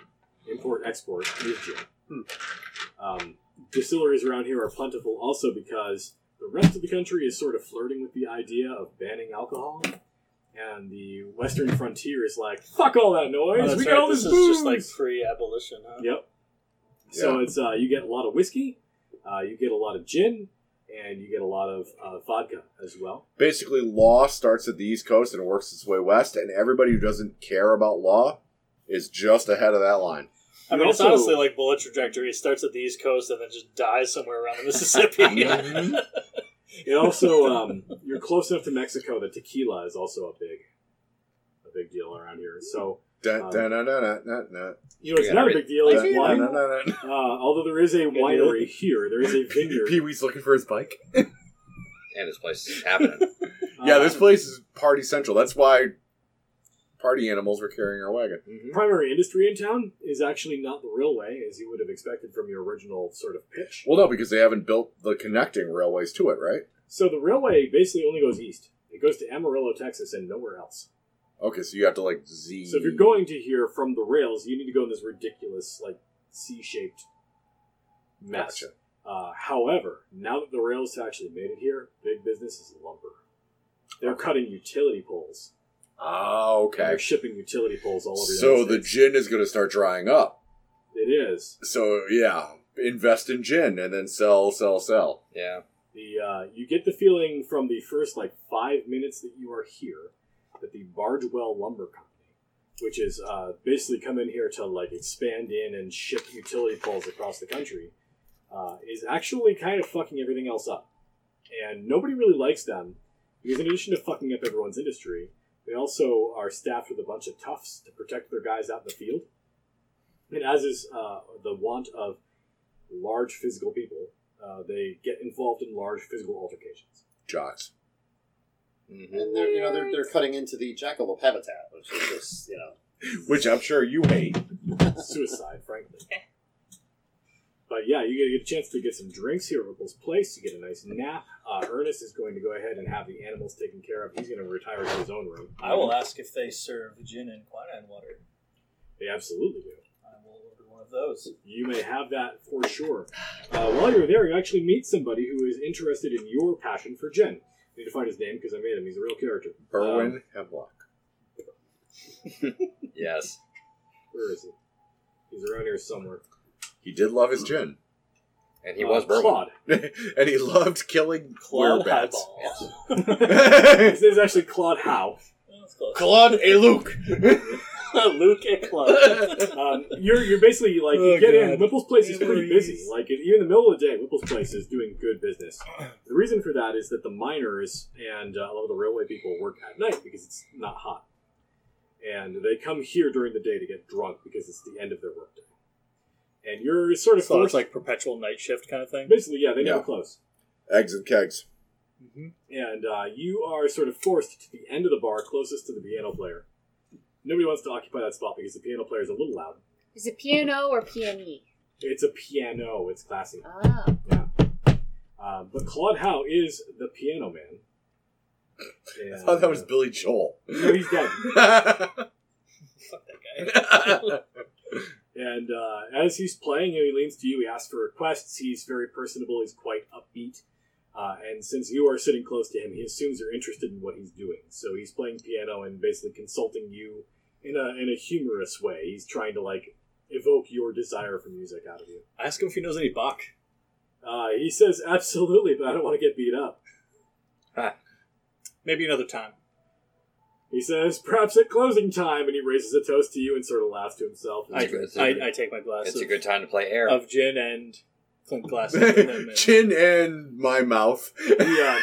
[SPEAKER 4] import export is gin.
[SPEAKER 5] Hmm.
[SPEAKER 4] Um, distilleries around here are plentiful, also because the rest of the country is sort of flirting with the idea of banning alcohol, and the western frontier is like, "Fuck all that
[SPEAKER 5] Oh,
[SPEAKER 4] noise!
[SPEAKER 5] that's
[SPEAKER 4] we got
[SPEAKER 5] right,
[SPEAKER 4] all
[SPEAKER 5] this
[SPEAKER 4] this,
[SPEAKER 5] is
[SPEAKER 4] booze."
[SPEAKER 5] just like free abolition, huh?
[SPEAKER 4] Yep. So it's uh, you get a lot of whiskey, uh, you get a lot of gin, and you get a lot of uh, vodka as well.
[SPEAKER 2] Basically, law starts at the East Coast and works its way west, and everybody who doesn't care about law is just ahead of that line.
[SPEAKER 5] I mean, it's
[SPEAKER 4] Also-
[SPEAKER 5] honestly like bullet trajectory. It starts at the East Coast and then just dies somewhere around the [LAUGHS] Mississippi. Mm-hmm. [LAUGHS]
[SPEAKER 2] Mhm.
[SPEAKER 4] It also um, you're close enough to Mexico that tequila is also a big a big deal around here. So
[SPEAKER 2] Dun, dun, dun, dun, dun, dun, dun.
[SPEAKER 4] you know it's
[SPEAKER 6] Yeah,
[SPEAKER 4] not a
[SPEAKER 6] right.
[SPEAKER 4] big deal.
[SPEAKER 2] Dun,
[SPEAKER 4] It's
[SPEAKER 2] dun,
[SPEAKER 4] wine.
[SPEAKER 2] dun, dun, dun.
[SPEAKER 4] Uh, although there is a winery here, there is
[SPEAKER 5] [LAUGHS]
[SPEAKER 4] a vineyard.
[SPEAKER 2] Pee Wee's looking for his bike.
[SPEAKER 6] And this place is
[SPEAKER 7] [LAUGHS]
[SPEAKER 6] happening.
[SPEAKER 2] Yeah,
[SPEAKER 4] Uh,
[SPEAKER 2] this place is party central. That's why party animals were carrying our wagon.
[SPEAKER 4] Mm. primary industry in town is actually not the railway, as you would have expected from your original sort of pitch.
[SPEAKER 2] Well, no, because they haven't built the connecting railways to it, right?
[SPEAKER 4] So the railway basically only goes east. It goes to Amarillo, Texas, and nowhere else.
[SPEAKER 2] Okay, so you have to like Z.
[SPEAKER 4] So if you're going to here from the rails, you need to go in this ridiculous, like C-shaped mess.
[SPEAKER 2] Gotcha.
[SPEAKER 4] Uh, however, now that the rails have actually made it here, big business is lumber. They're cutting utility poles.
[SPEAKER 2] Ah,
[SPEAKER 4] and
[SPEAKER 2] okay.
[SPEAKER 4] They're shipping utility poles all over.
[SPEAKER 2] So
[SPEAKER 4] United
[SPEAKER 2] the
[SPEAKER 4] States.
[SPEAKER 2] gin is going to start drying up.
[SPEAKER 4] it is
[SPEAKER 2] So yeah, invest in gin and then sell, sell, sell.
[SPEAKER 6] Yeah.
[SPEAKER 4] the uh, you get the feeling from the first like five minutes that you are here that the Bardwell Lumber Company, which is uh, basically come in here to like expand in and ship utility poles across the country, uh, is actually kind of fucking everything else up, and nobody really likes them because in addition to fucking up everyone's industry, they also are staffed with a bunch of toughs to protect their guys out in the field, and as is uh, the want of large physical people uh, they get involved in large physical altercations.
[SPEAKER 2] Jocks.
[SPEAKER 6] hmm
[SPEAKER 7] Mm-hmm. And they're you know they're, they're cutting into the jackalope habitat, which is just you know
[SPEAKER 2] Which I'm sure you hate.
[SPEAKER 4] Suicide, frankly. But yeah, you get, get a chance to get some drinks here at Ripple's Place. You get a nice nap. Uh, Ernest is going to go ahead and have the animals taken care of. He's going to retire to his own room.
[SPEAKER 5] I will ask if they serve gin and quinine water.
[SPEAKER 4] They absolutely do.
[SPEAKER 5] I will order one of those.
[SPEAKER 4] You may have that for sure. Uh, while you're there, you actually meet somebody who is interested in your passion for gin. I need to find his name because I made him. He's a real character.
[SPEAKER 2] Berwin
[SPEAKER 4] Um,
[SPEAKER 2] Hemlock.
[SPEAKER 6] Yes.
[SPEAKER 4] where is he? He's around here somewhere.
[SPEAKER 2] He did love his gin, [LAUGHS]
[SPEAKER 6] And he
[SPEAKER 5] Oh,
[SPEAKER 4] Uh,
[SPEAKER 6] was Berwin.
[SPEAKER 4] Claude. [LAUGHS]
[SPEAKER 2] and he loved killing
[SPEAKER 5] Claude
[SPEAKER 2] werebats.
[SPEAKER 5] Highball.
[SPEAKER 2] [LAUGHS]
[SPEAKER 4] His name's actually Claude Howe.
[SPEAKER 5] Well, that's close. [LAUGHS]
[SPEAKER 2] Claude A. Luke.
[SPEAKER 5] Luke and [LAUGHS] Claude.
[SPEAKER 4] um, you're you're basically like you
[SPEAKER 5] Oh,
[SPEAKER 4] get in.
[SPEAKER 5] God.
[SPEAKER 4] Whipple's place is pretty
[SPEAKER 5] Please.
[SPEAKER 4] busy. Like if you're in the middle of the day, Whipple's place is doing good business. The reason for that is that the miners and uh, a lot of the railway people work at night because it's not hot, and they come here during the day to get drunk because it's the end of their workday. And you're sort of
[SPEAKER 5] so
[SPEAKER 4] forced,
[SPEAKER 5] it's like perpetual night shift kind of thing.
[SPEAKER 4] basically yeah they never
[SPEAKER 2] Yeah.
[SPEAKER 4] close.
[SPEAKER 2] Eggs and kegs.
[SPEAKER 4] and uh, you are sort of forced to the end of the bar closest to the piano player. Nobody wants to occupy that spot because the piano player is a little loud.
[SPEAKER 3] Is it piano or E? peony?
[SPEAKER 4] It's a piano. It's classy.
[SPEAKER 3] Oh.
[SPEAKER 4] Uh, but Claude Howe is the piano man.
[SPEAKER 2] [LAUGHS] I thought that was Billy
[SPEAKER 4] uh,
[SPEAKER 2] Joel. [LAUGHS]
[SPEAKER 4] No, he's dead.
[SPEAKER 2] Fuck that guy. [LAUGHS]
[SPEAKER 4] And uh, as he's playing, you know, he leans to you. He asks for requests. He's very personable. He's quite upbeat. Uh, and since you are sitting close to him, he assumes you're interested in what he's doing. So he's playing piano and basically consulting you in a in a humorous way. He's trying to like evoke your desire for music out of you.
[SPEAKER 5] Ask him if he knows any Bach.
[SPEAKER 4] Uh, he says, "Absolutely, but I don't want to get beat up."
[SPEAKER 5] Maybe another time.
[SPEAKER 4] He says, "Perhaps at closing time," and he raises a toast to you and sort of laughs to himself.
[SPEAKER 5] I,
[SPEAKER 6] It's a-
[SPEAKER 5] I, I take my glass
[SPEAKER 6] It's
[SPEAKER 5] of,
[SPEAKER 6] a good time to play air.
[SPEAKER 5] of gin and clink
[SPEAKER 6] [LAUGHS]
[SPEAKER 5] glasses with him. And,
[SPEAKER 2] Chin and my mouth. [LAUGHS]
[SPEAKER 4] He, um,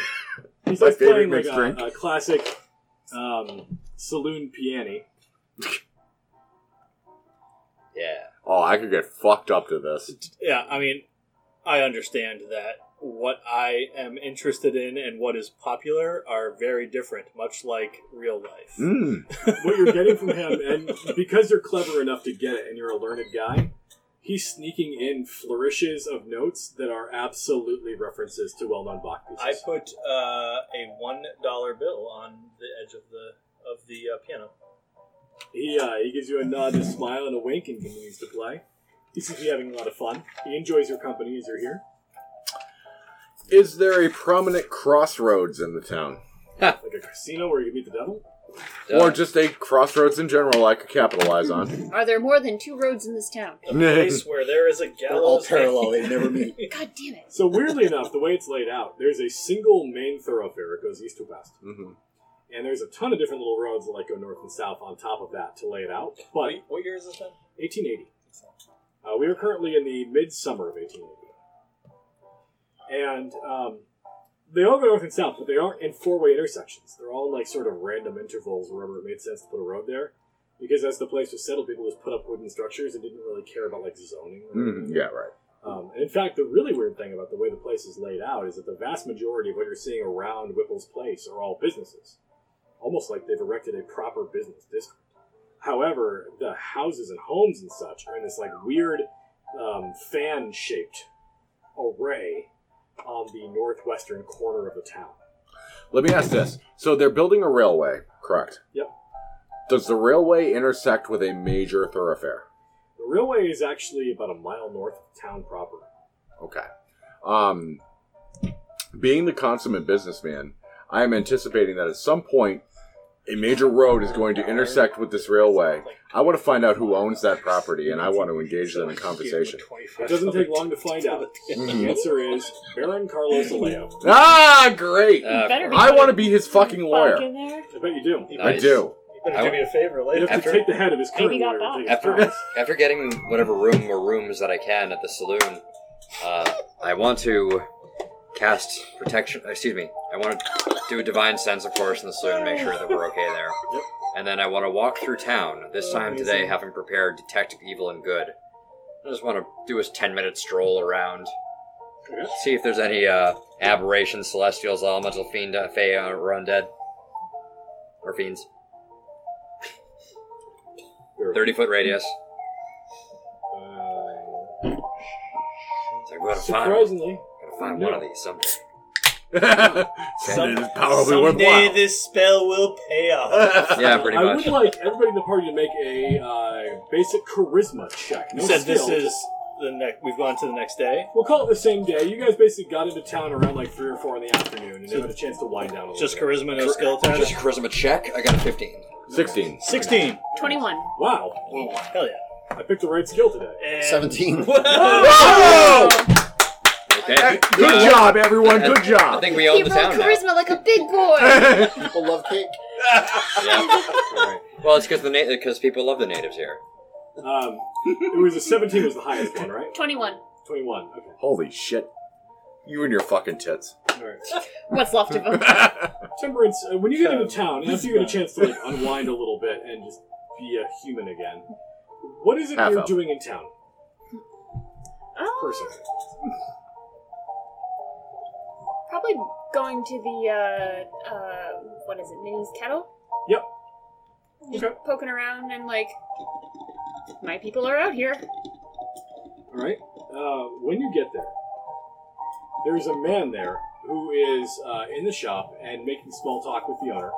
[SPEAKER 4] he's
[SPEAKER 2] My
[SPEAKER 4] like
[SPEAKER 2] favorite
[SPEAKER 4] playing like
[SPEAKER 2] mixed drink.
[SPEAKER 4] a, a classic um, saloon piano.
[SPEAKER 6] yeah.
[SPEAKER 2] Oh, I could get fucked up to this.
[SPEAKER 5] yeah, I mean, I understand that what I am interested in and what is popular are very different, much like real life.
[SPEAKER 6] Hmm.
[SPEAKER 2] Mm.
[SPEAKER 4] what you're getting from him, and because you're clever enough to get it and you're a learned guy, he's sneaking in flourishes of notes that are absolutely references to well known Bach pieces.
[SPEAKER 5] I put uh, a one dollar bill on the edge of the of the uh, piano.
[SPEAKER 4] He, uh, he gives you a nod, a smile, and a wink and continues to play. He seems to be having a lot of fun. He enjoys your company as you're here.
[SPEAKER 2] Is there a prominent crossroads in the town?
[SPEAKER 4] Like a casino where you meet the devil.
[SPEAKER 2] Or just a crossroads in general I could capitalize on?
[SPEAKER 3] Are there more than two roads in this town?
[SPEAKER 6] [LAUGHS]
[SPEAKER 2] [LAUGHS]
[SPEAKER 5] A place where there is a
[SPEAKER 7] They're all
[SPEAKER 5] gallows.
[SPEAKER 7] parallel. They never meet.
[SPEAKER 5] [LAUGHS]
[SPEAKER 3] God damn it.
[SPEAKER 4] So, weirdly enough, the way it's laid out, there's a single main thoroughfare. It goes east to west.
[SPEAKER 2] Mhm.
[SPEAKER 4] And there's a ton of different little roads that like go north and south on top of that to lay it out. But
[SPEAKER 5] Wait, what year is this then?
[SPEAKER 4] 1880. Uh, we are currently in the midsummer of 1880. And um, they all go north and south, but they aren't in four way intersections. They're all in like sort of random intervals wherever it made sense to put a road there. Because as the place was settled, people just put up wooden structures and didn't really care about like zoning. Or
[SPEAKER 2] Mm, yeah, right.
[SPEAKER 4] um, and in fact, the really weird thing about the way the place is laid out is that the vast majority of what you're seeing around Whipple's place are all businesses, almost like they've erected a proper business district. However, the houses and homes and such are in this like weird um, fan-shaped array on the northwestern corner of the town.
[SPEAKER 2] Let me ask this. So they're building a railway, correct?
[SPEAKER 4] Yep.
[SPEAKER 2] Does the railway intersect with a major thoroughfare?
[SPEAKER 4] The railway is actually about a mile north of town proper.
[SPEAKER 2] Okay. Um, being the consummate businessman, I am anticipating that at some point a major road is going to intersect with this railway. I want to find out who owns that property, and I want to engage them in conversation.
[SPEAKER 4] It doesn't take long to
[SPEAKER 5] [LAUGHS]
[SPEAKER 4] find out. The answer is Baron Carlos Aleo.
[SPEAKER 2] Ah, great!
[SPEAKER 6] Uh,
[SPEAKER 3] Better be
[SPEAKER 2] I want to be his fucking lawyer.
[SPEAKER 3] in there.
[SPEAKER 4] I bet you do.
[SPEAKER 2] I do. [LAUGHS]
[SPEAKER 5] You better do me a favor
[SPEAKER 4] You
[SPEAKER 5] later.
[SPEAKER 4] have to take the head of his current
[SPEAKER 3] Maybe got
[SPEAKER 4] lawyer and
[SPEAKER 3] that.
[SPEAKER 4] take his
[SPEAKER 6] after
[SPEAKER 4] prize.
[SPEAKER 6] [LAUGHS] after getting whatever room or rooms that I can at the saloon, uh, I want to cast protection. Excuse me. I want to do a divine sense, of course, in the saloon, make sure that we're okay there. And then I want to walk through town. This time today, having prepared detect evil and good. I just want to do a ten-minute stroll around,
[SPEAKER 4] Okay.
[SPEAKER 6] see if there's any uh, aberrations, celestials, elemental, fiend, uh, fey, uh, or undead, or fiends. Thirty-foot radius.
[SPEAKER 4] Uh,
[SPEAKER 6] So I gotta find, gotta
[SPEAKER 4] Surprisingly,
[SPEAKER 6] find one of these someday.
[SPEAKER 2] Some, probably
[SPEAKER 5] someday
[SPEAKER 2] worthwhile.
[SPEAKER 5] this spell will pay
[SPEAKER 2] [LAUGHS]
[SPEAKER 5] off.
[SPEAKER 6] Yeah, pretty
[SPEAKER 4] I
[SPEAKER 6] much.
[SPEAKER 4] would like everybody in the party to make a uh, basic charisma check.
[SPEAKER 5] You
[SPEAKER 4] No
[SPEAKER 5] said this
[SPEAKER 4] skill.
[SPEAKER 5] is the next. We've gone to the next day.
[SPEAKER 4] We'll call it the same day. You guys basically got into town around like three or four in the afternoon, and
[SPEAKER 5] So-
[SPEAKER 4] they had a chance to wind down. A little
[SPEAKER 5] Just
[SPEAKER 4] bit.
[SPEAKER 5] charisma, no skill
[SPEAKER 6] Just
[SPEAKER 5] test.
[SPEAKER 6] your charisma check. I got a 15.
[SPEAKER 2] 16.
[SPEAKER 5] 16.
[SPEAKER 3] 21.
[SPEAKER 4] Wow,
[SPEAKER 5] Hell yeah.
[SPEAKER 4] I picked the right skill today.
[SPEAKER 5] And-
[SPEAKER 7] Seventeen.
[SPEAKER 2] [LAUGHS] Whoa!
[SPEAKER 6] Okay.
[SPEAKER 2] Good job, everyone. Good
[SPEAKER 6] I
[SPEAKER 2] job.
[SPEAKER 6] think we own the town now.
[SPEAKER 3] like a
[SPEAKER 2] [LAUGHS]
[SPEAKER 3] big boy.
[SPEAKER 6] [LAUGHS]
[SPEAKER 7] People love cake.
[SPEAKER 6] Yeah. Alright. Well, it's because the because people love the natives here.
[SPEAKER 4] Um, it
[SPEAKER 5] [LAUGHS]
[SPEAKER 4] was a seventeen was the highest one, right?
[SPEAKER 3] 21.
[SPEAKER 4] Twenty-one. Okay.
[SPEAKER 2] Holy shit. You and your fucking tits. [LAUGHS]
[SPEAKER 3] What's left of him?
[SPEAKER 4] Temperance. Uh, when you get into town, after you get a chance to like unwind a little bit and just be a human again, what is it
[SPEAKER 2] Half
[SPEAKER 4] you're
[SPEAKER 2] elf.
[SPEAKER 4] doing in town,
[SPEAKER 3] Oh,
[SPEAKER 4] person?
[SPEAKER 3] probably going to the, uh, uh, what is it, Minnie's Kettle?
[SPEAKER 4] Yep.
[SPEAKER 3] Just
[SPEAKER 4] Okay.
[SPEAKER 3] poking around and like, my people are out here.
[SPEAKER 4] All right. Uh, when you get there, there's a man there who is uh, in the shop and making small talk with the owner.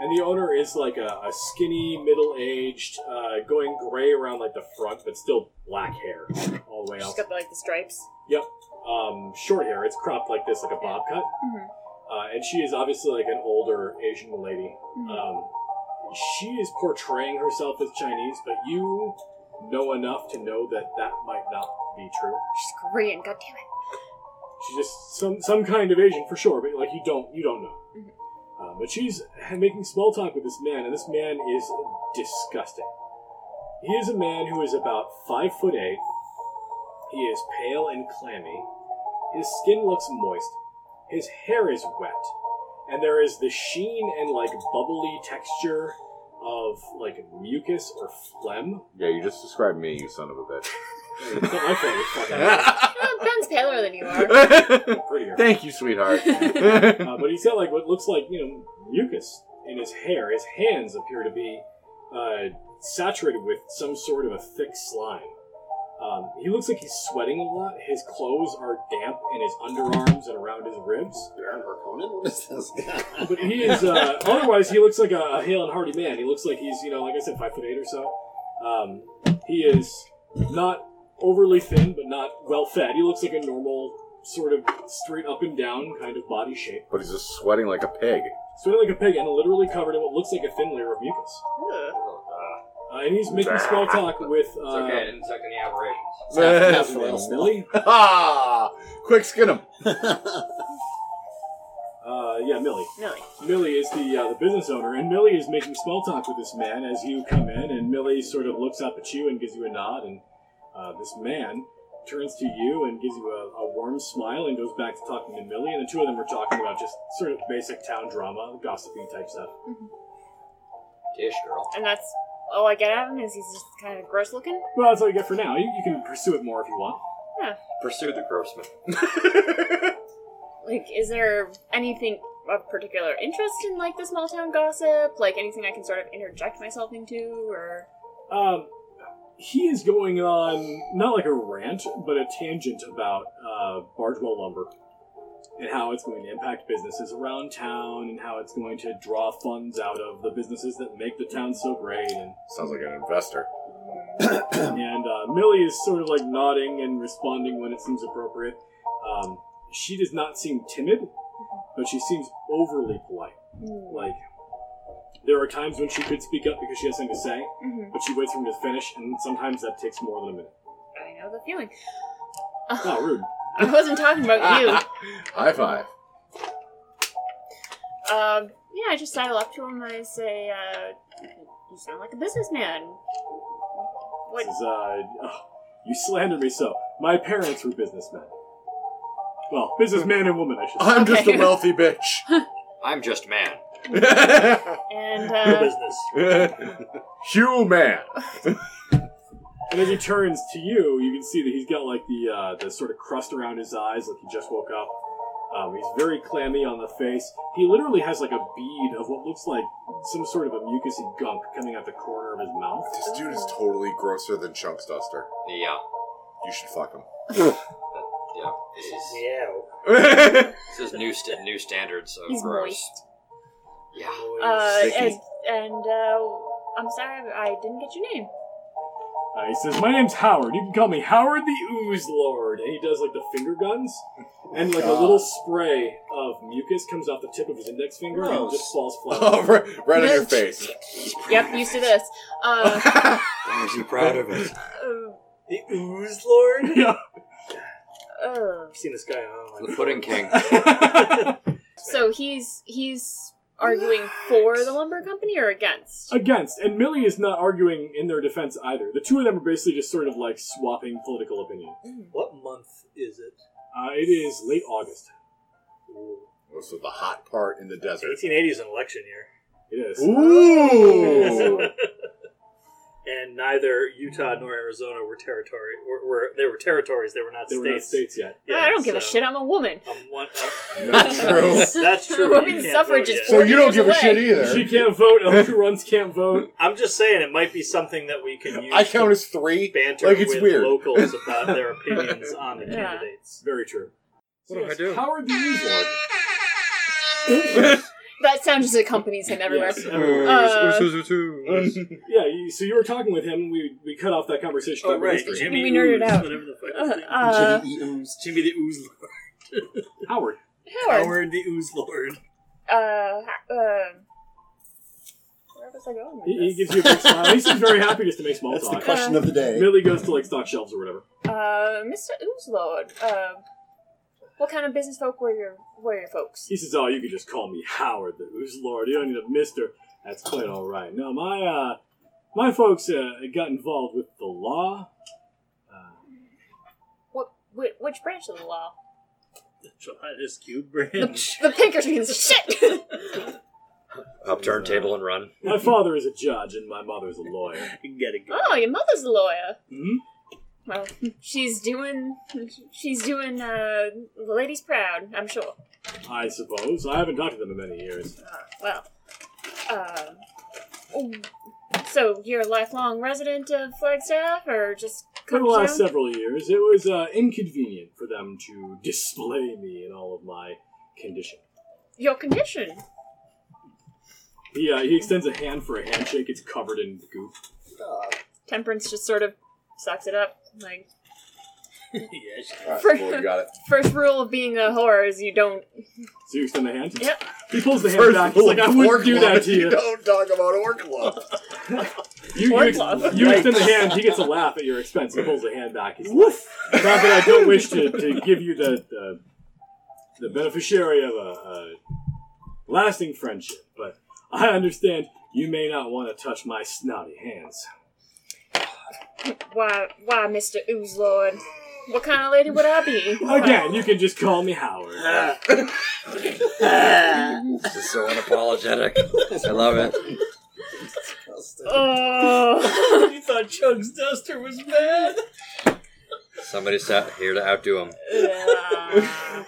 [SPEAKER 4] And the owner is like a, a skinny, middle aged, uh, going gray around like the front, but still black hair all the way
[SPEAKER 3] She's
[SPEAKER 4] up.
[SPEAKER 3] got the, like the stripes.
[SPEAKER 4] Um, short hair, it's cropped like this, like a bob cut.
[SPEAKER 3] Mhm.
[SPEAKER 4] Uh, and she is obviously like an older Asian lady.
[SPEAKER 3] Mm-hmm.
[SPEAKER 4] Um, she is portraying herself as Chinese, but you know enough to know that that might not be true.
[SPEAKER 3] She's Korean. God damn it.
[SPEAKER 4] She's just some some kind of Asian for sure, but like you don't you don't know.
[SPEAKER 3] Mhm.
[SPEAKER 4] Uh, but she's making small talk with this man, and this man is disgusting. He is a man who is about five foot eight. He is pale and clammy. His skin looks moist. His hair is wet, and there is the sheen and like bubbly texture of like mucus or phlegm.
[SPEAKER 9] Yeah, you just described me, you son of a bitch.
[SPEAKER 4] It's not my favorite
[SPEAKER 2] [LAUGHS]
[SPEAKER 4] fucking
[SPEAKER 9] Thank
[SPEAKER 3] Oh, Ben's paler than you are.
[SPEAKER 4] prettier.
[SPEAKER 9] you, [LAUGHS] sweetheart.
[SPEAKER 4] uh, but he's got like what looks like you know mucus in his hair. His hands appear to be uh, saturated with some sort of a thick slime. Um, he looks like he's sweating a lot. His clothes are damp in his underarms and around his ribs.
[SPEAKER 7] Baron Harkonnen? What is
[SPEAKER 5] [LAUGHS]
[SPEAKER 7] this?
[SPEAKER 4] But he is uh, otherwise he looks like a, a hale and hearty man. He looks like he's you know like I said five foot eight or so. Um, he is not overly thin, but not well fed. He looks like a normal sort of straight up and down kind of body shape.
[SPEAKER 9] but he's just sweating like a pig.
[SPEAKER 4] sweating like a pig and literally covered in what looks like a thin layer of mucus. Uh, and he's making small talk with
[SPEAKER 6] It's
[SPEAKER 4] uh,
[SPEAKER 6] okay, I didn't suck any aberrations.
[SPEAKER 7] Half- half whale still.
[SPEAKER 4] Millie.
[SPEAKER 2] ah, [LAUGHS] quick skin him.
[SPEAKER 4] Uh, yeah, Millie.
[SPEAKER 3] Millie.
[SPEAKER 4] Millie is the uh, the business owner, and Millie is making small talk with this man as you come in, and Millie sort of looks up at you and gives you a nod, and uh, this man turns to you and gives you a, a warm smile and goes back to talking to Millie, and the two of them are talking about just sort of basic town drama, gossipy type stuff.
[SPEAKER 6] Dish girl.
[SPEAKER 3] And that's all I get out of him is he's just kind of gross looking.
[SPEAKER 4] Well, that's all you get for now. You, you can pursue it more if you want.
[SPEAKER 6] Pursue the grossman.
[SPEAKER 3] Like, is there anything of particular interest in like the small town gossip? Like anything I can sort of interject myself into, or
[SPEAKER 4] Um, he is going on not like a rant, but a tangent about uh, Bargewell lumber and how it's going to impact businesses around town, and how it's going to draw funds out of the businesses that make the town so great. And
[SPEAKER 9] Sounds like an investor.
[SPEAKER 4] and uh, Millie is sort of like nodding and responding when it seems appropriate. Um, she does not seem timid, but she seems overly polite.
[SPEAKER 3] Mm-hmm.
[SPEAKER 4] Like there are times when she could speak up because she has something to say,
[SPEAKER 3] Mhm.
[SPEAKER 4] but she waits for him to finish, and sometimes that takes more than a minute.
[SPEAKER 3] I know the feeling.
[SPEAKER 4] Oh, rude.
[SPEAKER 3] [LAUGHS] I wasn't talking about
[SPEAKER 4] [LAUGHS]
[SPEAKER 3] you.
[SPEAKER 9] [LAUGHS] High five.
[SPEAKER 3] Um, yeah, I just sidle up to him and I say, uh, "You sound like a businessman." What?
[SPEAKER 4] This is, uh, oh, you slander me so. My parents were businessmen. Well, businessman and woman, I should say.
[SPEAKER 2] I'm just a
[SPEAKER 3] Okay.
[SPEAKER 2] wealthy bitch. [LAUGHS]
[SPEAKER 6] I'm just man.
[SPEAKER 4] [LAUGHS]
[SPEAKER 3] And
[SPEAKER 5] Your
[SPEAKER 3] uh,
[SPEAKER 5] business.
[SPEAKER 2] Human.
[SPEAKER 4] And as he turns to you, you can see that he's got like the uh, the sort of crust around his eyes, like he just woke up. Um, he's very clammy on the face. He literally has like a bead of what looks like some sort of a mucusy gunk coming out the corner of his mouth.
[SPEAKER 9] This dude is totally grosser than Chunks Duster.
[SPEAKER 6] Yeah.
[SPEAKER 9] You should fuck him.
[SPEAKER 6] Yeah. uh, This is
[SPEAKER 5] Yeah.
[SPEAKER 6] this is new st- new standards of
[SPEAKER 3] he's
[SPEAKER 6] gross.
[SPEAKER 3] moist.
[SPEAKER 6] Yeah.
[SPEAKER 3] Uh,
[SPEAKER 9] Sticky.
[SPEAKER 3] and and uh, I'm sorry, I didn't get your name.
[SPEAKER 4] Uh, he says, "My name's Howard. You can call me Howard the Ooze Lord." And he does like the finger guns, and like a little spray of mucus comes off the tip of his index finger and
[SPEAKER 7] Gross.
[SPEAKER 4] just falls flat.
[SPEAKER 2] Oh, [LAUGHS] right, right on
[SPEAKER 9] [LAUGHS]
[SPEAKER 2] your face.
[SPEAKER 3] Yep, used to this. Uh,
[SPEAKER 6] Why is he proud of it?
[SPEAKER 3] uh,
[SPEAKER 5] [LAUGHS] The ooze lord.
[SPEAKER 4] Yeah.
[SPEAKER 3] uh,
[SPEAKER 5] I've seen this guy online.
[SPEAKER 6] [LAUGHS] The pudding king.
[SPEAKER 3] so he's he's arguing for the lumber company or against.
[SPEAKER 4] [LAUGHS] Against, and Millie is not arguing in their defense either. The two of them are basically just sort of like swapping political opinion.
[SPEAKER 5] What month is it?
[SPEAKER 4] Uh, it is late August.
[SPEAKER 9] This is the hot part in the desert.
[SPEAKER 5] 1880 is an election year.
[SPEAKER 4] It is.
[SPEAKER 2] Ooh.
[SPEAKER 5] and neither Utah nor Arizona were territory. Were, were they were territories? They were not
[SPEAKER 4] They
[SPEAKER 5] states.
[SPEAKER 4] were not states yet.
[SPEAKER 5] Yeah,
[SPEAKER 3] I don't give a
[SPEAKER 5] so,
[SPEAKER 3] shit. I'm a woman.
[SPEAKER 5] I'm uh, one, I'm-
[SPEAKER 2] That's
[SPEAKER 3] [LAUGHS]
[SPEAKER 2] true.
[SPEAKER 5] That's true.
[SPEAKER 3] Women's
[SPEAKER 5] You can't
[SPEAKER 3] suffrage
[SPEAKER 5] vote
[SPEAKER 3] is
[SPEAKER 5] yet.
[SPEAKER 2] So you don't give a
[SPEAKER 3] Away.
[SPEAKER 2] shit either.
[SPEAKER 4] She can't vote. Elder runs can't vote.
[SPEAKER 5] I'm just saying it might be something that we can use.
[SPEAKER 2] I count
[SPEAKER 5] to
[SPEAKER 9] [LAUGHS]
[SPEAKER 2] as three.
[SPEAKER 5] banter
[SPEAKER 2] like it's
[SPEAKER 5] with
[SPEAKER 2] weird. [LAUGHS]
[SPEAKER 5] locals about their opinions on the
[SPEAKER 3] Yeah.
[SPEAKER 5] candidates.
[SPEAKER 4] Very true.
[SPEAKER 8] What do I
[SPEAKER 4] Yes,
[SPEAKER 8] do?
[SPEAKER 4] Howard the Newsboard.
[SPEAKER 3] [LAUGHS] That sound just accompanies him everywhere.
[SPEAKER 4] Yes, everywhere.
[SPEAKER 3] Uh,
[SPEAKER 4] yeah, you, so you were talking with him. We we cut off that conversation.
[SPEAKER 5] Oh,
[SPEAKER 4] over
[SPEAKER 5] right.
[SPEAKER 4] history.
[SPEAKER 5] Jimmy
[SPEAKER 3] We nerded
[SPEAKER 5] Ooze,
[SPEAKER 3] out.
[SPEAKER 5] Whatever the fuck his
[SPEAKER 3] uh, uh,
[SPEAKER 5] name is.
[SPEAKER 7] Jimmy E, Eaton's
[SPEAKER 5] Jimmy the Ooze Lord.
[SPEAKER 4] Howard.
[SPEAKER 3] Howard.
[SPEAKER 5] Howard the Ooze Lord. [LAUGHS]
[SPEAKER 3] Uh, ha- uh, where was I going?
[SPEAKER 4] He, he
[SPEAKER 3] With
[SPEAKER 4] gives you a big smile. He seems very happy just to make small
[SPEAKER 7] That's the
[SPEAKER 4] talk.
[SPEAKER 7] question of the day.
[SPEAKER 4] Millie goes to like stock shelves or whatever.
[SPEAKER 3] this? Uh, Mr. Oozlord. Uh, what kind of business folk were your were your folks?
[SPEAKER 4] He says, "Oh, you can just call me Howard, the Ooze Lord. You don't need a Mister. That's quite all right." No, my uh, my folks uh, got involved with the law. Uh,
[SPEAKER 3] What which, which branch of the law?
[SPEAKER 5] The Gelatinous Cube
[SPEAKER 3] The,
[SPEAKER 5] branch.
[SPEAKER 3] the Pinkertons. Shit.
[SPEAKER 6] Upturn table and run.
[SPEAKER 7] [LAUGHS]
[SPEAKER 4] my father is a judge and my mother is a lawyer.
[SPEAKER 5] You can get it.
[SPEAKER 3] oh, your mother's a lawyer.
[SPEAKER 4] Hmm?
[SPEAKER 3] Well, she's doing she's doing uh, the ladies proud. I'm sure.
[SPEAKER 4] I suppose I haven't talked to them in many years.
[SPEAKER 3] Uh, well, um, so you're a lifelong resident of Flagstaff, or just
[SPEAKER 4] For
[SPEAKER 3] come
[SPEAKER 4] the last
[SPEAKER 3] down?
[SPEAKER 4] several years, it was uh, inconvenient for them to display me in all of my condition.
[SPEAKER 3] your condition?
[SPEAKER 4] He uh, he extends a hand for a handshake. It's covered in goop.
[SPEAKER 3] Temperance just sort of sucks it up. Like
[SPEAKER 5] yeah, she-
[SPEAKER 9] All right,
[SPEAKER 3] For-
[SPEAKER 9] well, we got it.
[SPEAKER 3] first rule of being a whore is you don't.
[SPEAKER 4] So you extend the hand.
[SPEAKER 3] Yep.
[SPEAKER 4] He pulls the hand back. He's like, "I wouldn't do that to
[SPEAKER 9] [LAUGHS]
[SPEAKER 4] you."
[SPEAKER 9] Don't talk about orc love.
[SPEAKER 4] You, you,
[SPEAKER 3] Or
[SPEAKER 4] ex-
[SPEAKER 3] glove.
[SPEAKER 4] you extend the hand, he gets a laugh at your expense and pulls the hand back. He's like, Not that I don't wish to, to give you the, the, the beneficiary of a, a lasting friendship, but I understand you may not want to touch my snotty hands.
[SPEAKER 3] Why, why, Mister Ooze Lord? What kind of lady would I be?
[SPEAKER 4] Again, you can just call me Howard.
[SPEAKER 9] [LAUGHS]
[SPEAKER 6] This is so unapologetic. I love it.
[SPEAKER 7] [LAUGHS]
[SPEAKER 3] Oh. [LAUGHS]
[SPEAKER 5] you thought Chug's duster was bad.
[SPEAKER 6] Somebody sat here to outdo him.
[SPEAKER 3] Yeah.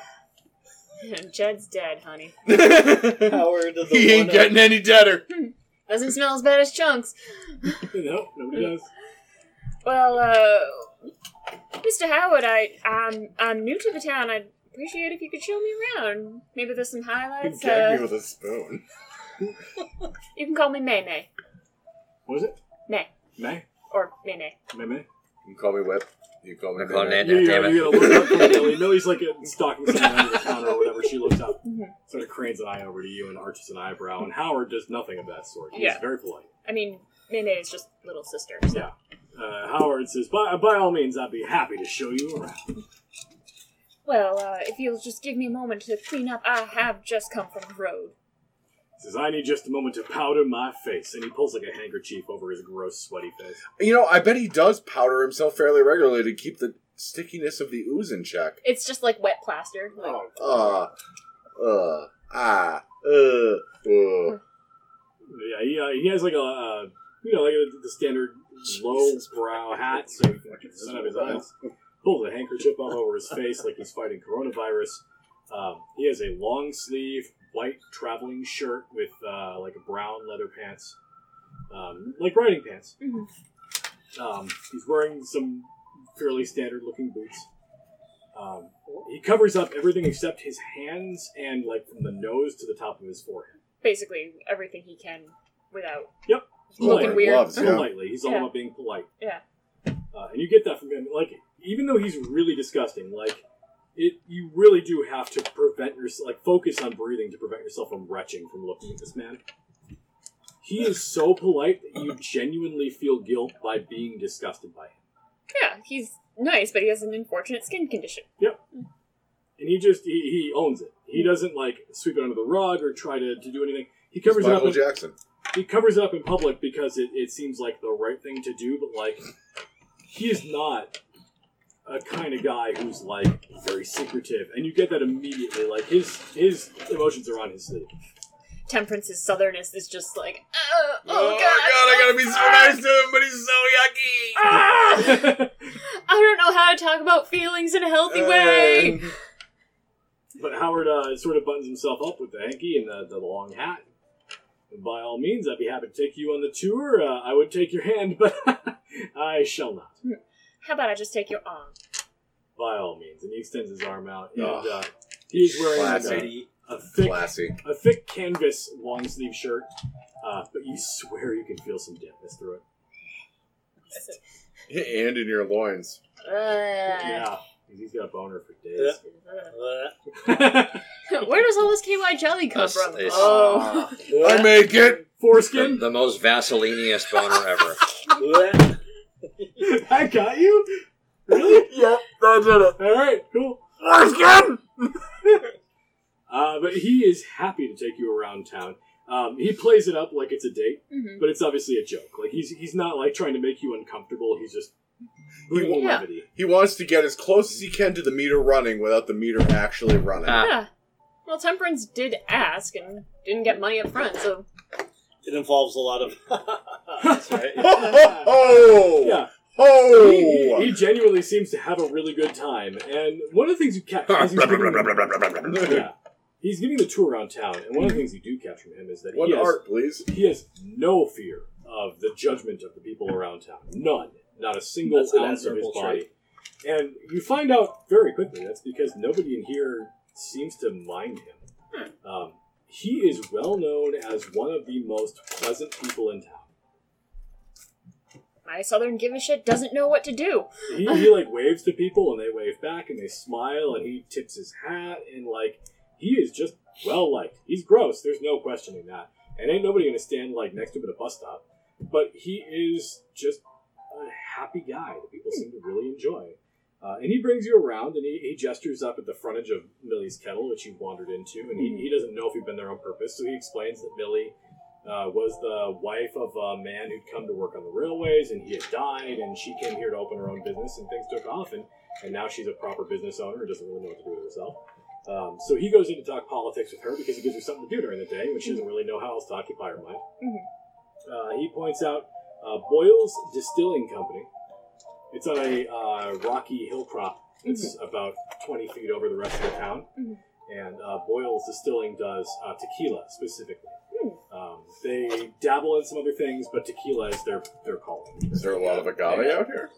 [SPEAKER 3] Jed's dead, honey.
[SPEAKER 5] Howard of the
[SPEAKER 9] He ain't
[SPEAKER 5] one-
[SPEAKER 9] getting any deader.
[SPEAKER 3] Doesn't smell as bad as chunks.
[SPEAKER 4] no, nobody does.
[SPEAKER 3] Well, uh, Mr. Howard, I, I'm, I'm new to the town. I'd appreciate if you could show me around. Maybe there's some highlights.
[SPEAKER 9] Gag me
[SPEAKER 3] Uh,
[SPEAKER 9] with a spoon.
[SPEAKER 3] you can call me May May.
[SPEAKER 4] What is it?
[SPEAKER 3] May.
[SPEAKER 4] May?
[SPEAKER 3] Or May May.
[SPEAKER 4] May, May?
[SPEAKER 9] You can call me Whip. You can call me
[SPEAKER 6] I call
[SPEAKER 9] Nana.
[SPEAKER 6] Nana.
[SPEAKER 4] You, you,
[SPEAKER 6] damn it.
[SPEAKER 4] you gotta look up
[SPEAKER 6] [LAUGHS]
[SPEAKER 4] for Millie. Millie's like uh, stalking someone under the counter or whatever. She looks up,
[SPEAKER 3] Mhm.
[SPEAKER 4] sort of cranes an eye over to you and arches an eyebrow. And Howard does nothing of that sort. He's
[SPEAKER 3] Yeah.
[SPEAKER 4] very polite.
[SPEAKER 3] I mean, May May is just little sister. So.
[SPEAKER 4] Yeah. Uh, Howard says, by, by all means, I'd be happy to show you around.
[SPEAKER 3] Well, uh, if you'll just give me a moment to clean up, I have just come from the road.
[SPEAKER 4] He says, I need just a moment to powder my face. And he pulls like a handkerchief over his gross, sweaty face.
[SPEAKER 9] You know, I bet he does powder himself fairly regularly to keep the stickiness of the ooze in check.
[SPEAKER 3] It's just like wet plaster. Like,
[SPEAKER 9] Uh, uh, ah, uh, uh.
[SPEAKER 4] Yeah, he, uh, he has like a, uh, you know, like a, the standard low brow hat, so he can get the sun out of his eyes. Pulls a handkerchief up over his face like he's fighting coronavirus. Um, he has a long sleeve white traveling shirt with uh, like brown leather pants, um, like riding pants.
[SPEAKER 3] Mhm.
[SPEAKER 4] Um, he's wearing some fairly standard looking boots. Um, he covers up everything except his hands and like from the nose to the top of his forehead.
[SPEAKER 3] basically everything he can without
[SPEAKER 4] Yep.
[SPEAKER 3] looking
[SPEAKER 4] Like
[SPEAKER 3] weird.
[SPEAKER 9] gloves, yeah.
[SPEAKER 4] politely. He's all
[SPEAKER 3] Yeah.
[SPEAKER 4] about being polite.
[SPEAKER 3] Yeah.
[SPEAKER 4] Uh, and you get that from him. Like, even though he's really disgusting, like, it, you really do have to prevent yourself, like, focus on breathing to prevent yourself from retching from looking at this man. He is so polite that you genuinely feel guilt by being disgusted by him.
[SPEAKER 3] Yeah, he's nice, but he has an unfortunate skin condition.
[SPEAKER 4] And he just, he, he owns it. He doesn't, like, sweep it under the rug or try to, to do anything. He covers it up.
[SPEAKER 9] Michael
[SPEAKER 4] in-
[SPEAKER 9] Jackson.
[SPEAKER 4] he covers it up in public because it, it seems like the right thing to do, but like he is not a kind of guy who's like very secretive, and you get that immediately. Like his his emotions are on his sleeve.
[SPEAKER 3] Temperance's southernness is just like, oh, oh,
[SPEAKER 9] Oh,
[SPEAKER 3] god,
[SPEAKER 9] God, I gotta be so nice to him, but he's so yucky.
[SPEAKER 3] I don't know how to talk about feelings in a
[SPEAKER 9] Uh,
[SPEAKER 3] healthy way.
[SPEAKER 4] [LAUGHS] but Howard uh, sort of buttons himself up with the hanky and the, the long hat. And by all means, I'd be happy to take you on the tour. Uh, I would take your hand, [LAUGHS] but I shall not.
[SPEAKER 3] How about I just take your arm?
[SPEAKER 4] By all means, and he extends his arm out, and
[SPEAKER 9] Ugh.
[SPEAKER 4] uh, he's wearing like, a-
[SPEAKER 9] Classic.
[SPEAKER 5] Lady.
[SPEAKER 4] a thick,
[SPEAKER 2] Classy.
[SPEAKER 4] a thick canvas long sleeve shirt, uh, but you swear you can feel some dampness through it.
[SPEAKER 2] and in your loins.
[SPEAKER 3] Uh,
[SPEAKER 4] Yeah, 'cause he's got a boner for days.
[SPEAKER 3] [LAUGHS]
[SPEAKER 10] [LAUGHS]
[SPEAKER 3] Where does all this KY jelly come
[SPEAKER 6] Us-
[SPEAKER 3] from?
[SPEAKER 6] it's-
[SPEAKER 9] Uh.
[SPEAKER 3] [LAUGHS] Oh.
[SPEAKER 2] I make it.
[SPEAKER 6] The,
[SPEAKER 4] [LAUGHS] Foreskin,
[SPEAKER 6] the most vaseliniest boner ever.
[SPEAKER 4] I got you. Really?
[SPEAKER 10] [LAUGHS] Yeah, I did it.
[SPEAKER 4] All right, cool.
[SPEAKER 10] Foreskin!
[SPEAKER 4] [LAUGHS] Uh, but he is happy to take you around town. Um, he plays it up like it's a date,
[SPEAKER 3] Mhm.
[SPEAKER 4] but it's obviously a joke. Like he's he's not like trying to make you uncomfortable. He's just he will
[SPEAKER 3] Yeah.
[SPEAKER 4] levity.
[SPEAKER 2] He wants to get as close as he can to the meter running without the meter actually running.
[SPEAKER 6] Ah.
[SPEAKER 3] Yeah. Well, Temperance did ask and didn't get money up front, so
[SPEAKER 5] It involves a lot of. [LAUGHS] That's right.
[SPEAKER 2] Ho, ho, ho!
[SPEAKER 4] [LAUGHS] Yeah,
[SPEAKER 2] Ho!
[SPEAKER 4] he, he, he genuinely seems to have a really good time. And one of the things you catch, as he's, giving- yeah, he's giving the tour around town, and one of the things you do catch from him is that
[SPEAKER 2] One
[SPEAKER 4] he has
[SPEAKER 2] art, please.
[SPEAKER 4] he has no fear of the judgment of the people around town. None. Not a single
[SPEAKER 5] That's an
[SPEAKER 4] ounce of his
[SPEAKER 5] admirable
[SPEAKER 4] body. And you find out very quickly that's because nobody in here seems to mind him.
[SPEAKER 5] Hmm.
[SPEAKER 4] Um, he is well known as one of the most pleasant people in town.
[SPEAKER 3] my southern give a shit doesn't know what to do.
[SPEAKER 4] He, he like waves to people and they wave back and they smile and he tips his hat and like he is just well liked. He's gross. There's no questioning that. And ain't nobody gonna stand like next to him at a bus stop. But he is just a happy guy that people seem to really enjoy. Uh, and he brings you around and he, he gestures up at the frontage of Millie's kettle, which you wandered into. And he, he doesn't know if you've been there on purpose, so he explains that Millie uh, was the wife of a man who'd come to work on the railways and he had died and she came here to open her own business and things took off and, and now she's a proper business owner and doesn't really know what to do with herself um, so he goes in to talk politics with her because it gives her something to do during the day when she doesn't really know how else to occupy her mind
[SPEAKER 3] Mhm.
[SPEAKER 4] uh, he points out uh, boyle's distilling company it's on a uh, rocky hill crop it's about 20 feet over the rest of the town
[SPEAKER 3] Mhm.
[SPEAKER 4] and uh, boyle's distilling does uh, tequila specifically
[SPEAKER 3] Hmm.
[SPEAKER 4] um, they dabble in some other things, but tequila is their their calling.
[SPEAKER 2] Is there a lot of agave out here?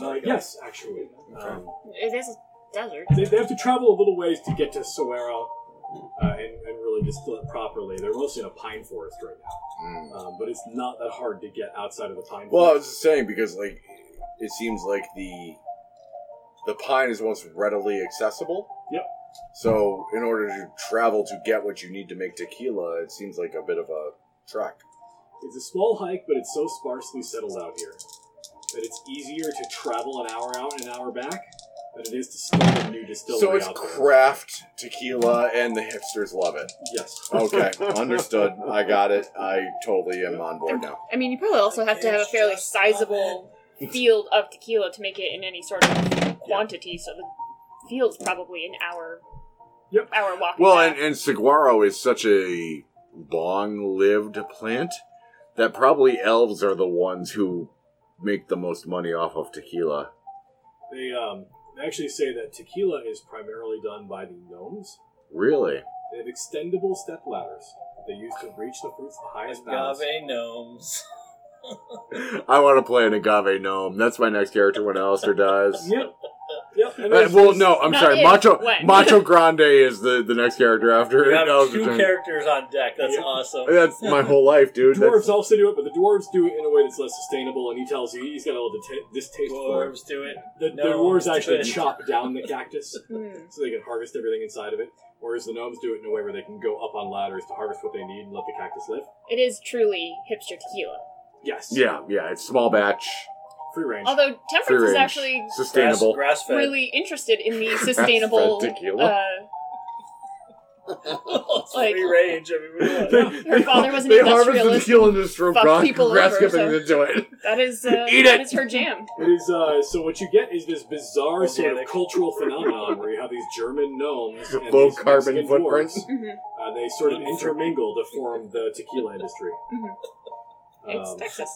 [SPEAKER 4] Uh, yes, actually, um,
[SPEAKER 3] It is a desert.
[SPEAKER 4] they, they have to travel a little ways to get to Solero uh, and, and really distill it properly. They're mostly in a pine forest right now,
[SPEAKER 2] Mm.
[SPEAKER 4] um, but it's not that hard to get outside of the pine.
[SPEAKER 2] Well, I was
[SPEAKER 4] forest.
[SPEAKER 2] just saying because like it seems like the the pine is most readily accessible.
[SPEAKER 4] Yep.
[SPEAKER 2] So in order to travel to get what you need to make tequila, it seems like a bit of a trek.
[SPEAKER 4] it's a small hike, but it's so sparsely settled out here that it's easier to travel an hour out and an hour back than it is to start a new distillery
[SPEAKER 2] So it's
[SPEAKER 4] out there.
[SPEAKER 2] craft tequila, and the hipsters love it.
[SPEAKER 4] yes.
[SPEAKER 2] [LAUGHS] Okay, understood. I got it. I totally am on board now.
[SPEAKER 3] I mean, you probably also have to have a fairly sizable field of tequila to make it in any sort of quantity, so the field's probably an hour,
[SPEAKER 4] Yep.
[SPEAKER 3] hour walk.
[SPEAKER 2] Well,
[SPEAKER 3] back.
[SPEAKER 2] and, and saguaro is such a long lived plant that probably elves are the ones who make the most money off of tequila.
[SPEAKER 4] They um, they actually say that tequila is primarily done by the gnomes.
[SPEAKER 2] Really?
[SPEAKER 4] They have extendable step ladders that they use to reach the fruit's highest boughs.
[SPEAKER 5] Agave [LAUGHS] gnomes.
[SPEAKER 2] I want to play an agave gnome. That's my next character when Alistair dies.
[SPEAKER 4] Yep. Yep. And
[SPEAKER 2] Uh,
[SPEAKER 4] there's-
[SPEAKER 2] well, no, I'm
[SPEAKER 3] Not
[SPEAKER 2] sorry.
[SPEAKER 3] if,
[SPEAKER 2] Macho
[SPEAKER 5] [LAUGHS]
[SPEAKER 3] when.
[SPEAKER 2] Macho Grande is the, the next character after
[SPEAKER 5] You have
[SPEAKER 2] Alistair
[SPEAKER 5] two
[SPEAKER 2] Jones.
[SPEAKER 5] characters on deck. That's
[SPEAKER 4] Yeah.
[SPEAKER 5] awesome.
[SPEAKER 2] That's my whole life, dude.
[SPEAKER 4] Dwarves
[SPEAKER 2] That's,
[SPEAKER 4] also do it, but the dwarves do it in a way that's less sustainable, and he tells you he's got all the t- distaste for it.
[SPEAKER 5] Dwarves do it.
[SPEAKER 4] The, the
[SPEAKER 5] No,
[SPEAKER 4] dwarves
[SPEAKER 5] it's
[SPEAKER 4] actually
[SPEAKER 5] good.
[SPEAKER 4] chop down
[SPEAKER 5] [LAUGHS]
[SPEAKER 4] the cactus
[SPEAKER 3] Hmm.
[SPEAKER 4] so they can harvest everything inside of it, whereas the gnomes do it in a way where they can go up on ladders to harvest what they need and let the cactus live.
[SPEAKER 3] It is truly hipster tequila.
[SPEAKER 4] Yes.
[SPEAKER 2] yeah, yeah. It's small batch,
[SPEAKER 4] Free range.
[SPEAKER 3] Although
[SPEAKER 2] free
[SPEAKER 3] Temperance
[SPEAKER 2] range,
[SPEAKER 3] is actually
[SPEAKER 2] sustainable.
[SPEAKER 5] Grass, grass-fed.
[SPEAKER 3] really interested
[SPEAKER 2] [LAUGHS]
[SPEAKER 3] in the sustainable
[SPEAKER 2] Fed tequila.
[SPEAKER 3] uh,
[SPEAKER 5] It's
[SPEAKER 3] Like-
[SPEAKER 5] free range. I mean, we want-
[SPEAKER 2] [LAUGHS]
[SPEAKER 3] Her father was an
[SPEAKER 2] They harvested
[SPEAKER 3] industrialist.
[SPEAKER 2] tequila and just threw
[SPEAKER 3] Fucked
[SPEAKER 2] grass
[SPEAKER 3] people
[SPEAKER 2] grass
[SPEAKER 3] over,
[SPEAKER 2] skipping
[SPEAKER 3] so-
[SPEAKER 2] into it.
[SPEAKER 3] That is uh,
[SPEAKER 2] Eat it.
[SPEAKER 3] that is her jam.
[SPEAKER 4] It is uh, so. What you get is this bizarre sort of
[SPEAKER 5] Organic.
[SPEAKER 4] cultural phenomenon where you have these
[SPEAKER 2] [LAUGHS]
[SPEAKER 4] German gnomes and
[SPEAKER 2] Low
[SPEAKER 4] these
[SPEAKER 2] carbon
[SPEAKER 4] Mexican
[SPEAKER 2] footprints.
[SPEAKER 4] dwarves.
[SPEAKER 3] Mm-hmm.
[SPEAKER 4] Uh, they sort of intermingle to form the tequila
[SPEAKER 5] [LAUGHS]
[SPEAKER 4] industry.
[SPEAKER 3] Mhm. It's
[SPEAKER 4] Um,
[SPEAKER 3] Texas.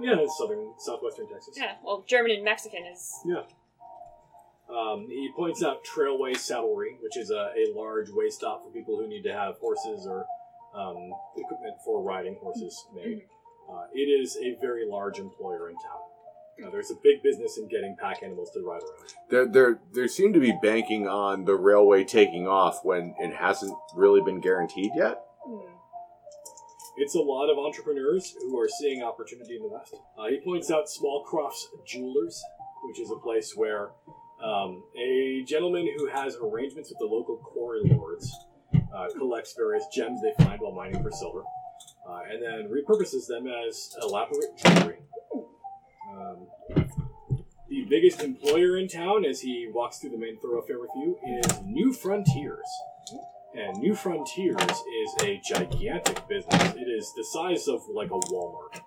[SPEAKER 4] yeah, it's southern southwestern Texas.
[SPEAKER 3] Yeah, well, German and Mexican is.
[SPEAKER 4] Um, he points out Trailway Saddlery, which is a, a large way stop for people who need to have horses or um, equipment for riding horses made. Uh, it is a very large employer in town. Uh, there's a big business in getting pack animals to ride around.
[SPEAKER 9] They're, they're, they seem to be banking on the railway taking off when it hasn't really been guaranteed yet.
[SPEAKER 3] hmm,
[SPEAKER 4] It's a lot of entrepreneurs who are seeing opportunity in the West. Uh, he points out Smallcroft's Jewelers, which is a place where um, a gentleman who has arrangements with the local quarry lords uh, collects various gems they find while mining for silver, uh, and then repurposes them as elaborate jewelry. Um, the biggest employer in town, as he walks through the main thoroughfare with you, is New Frontiers. And New Frontiers is a gigantic business. It is the size of like a Walmart.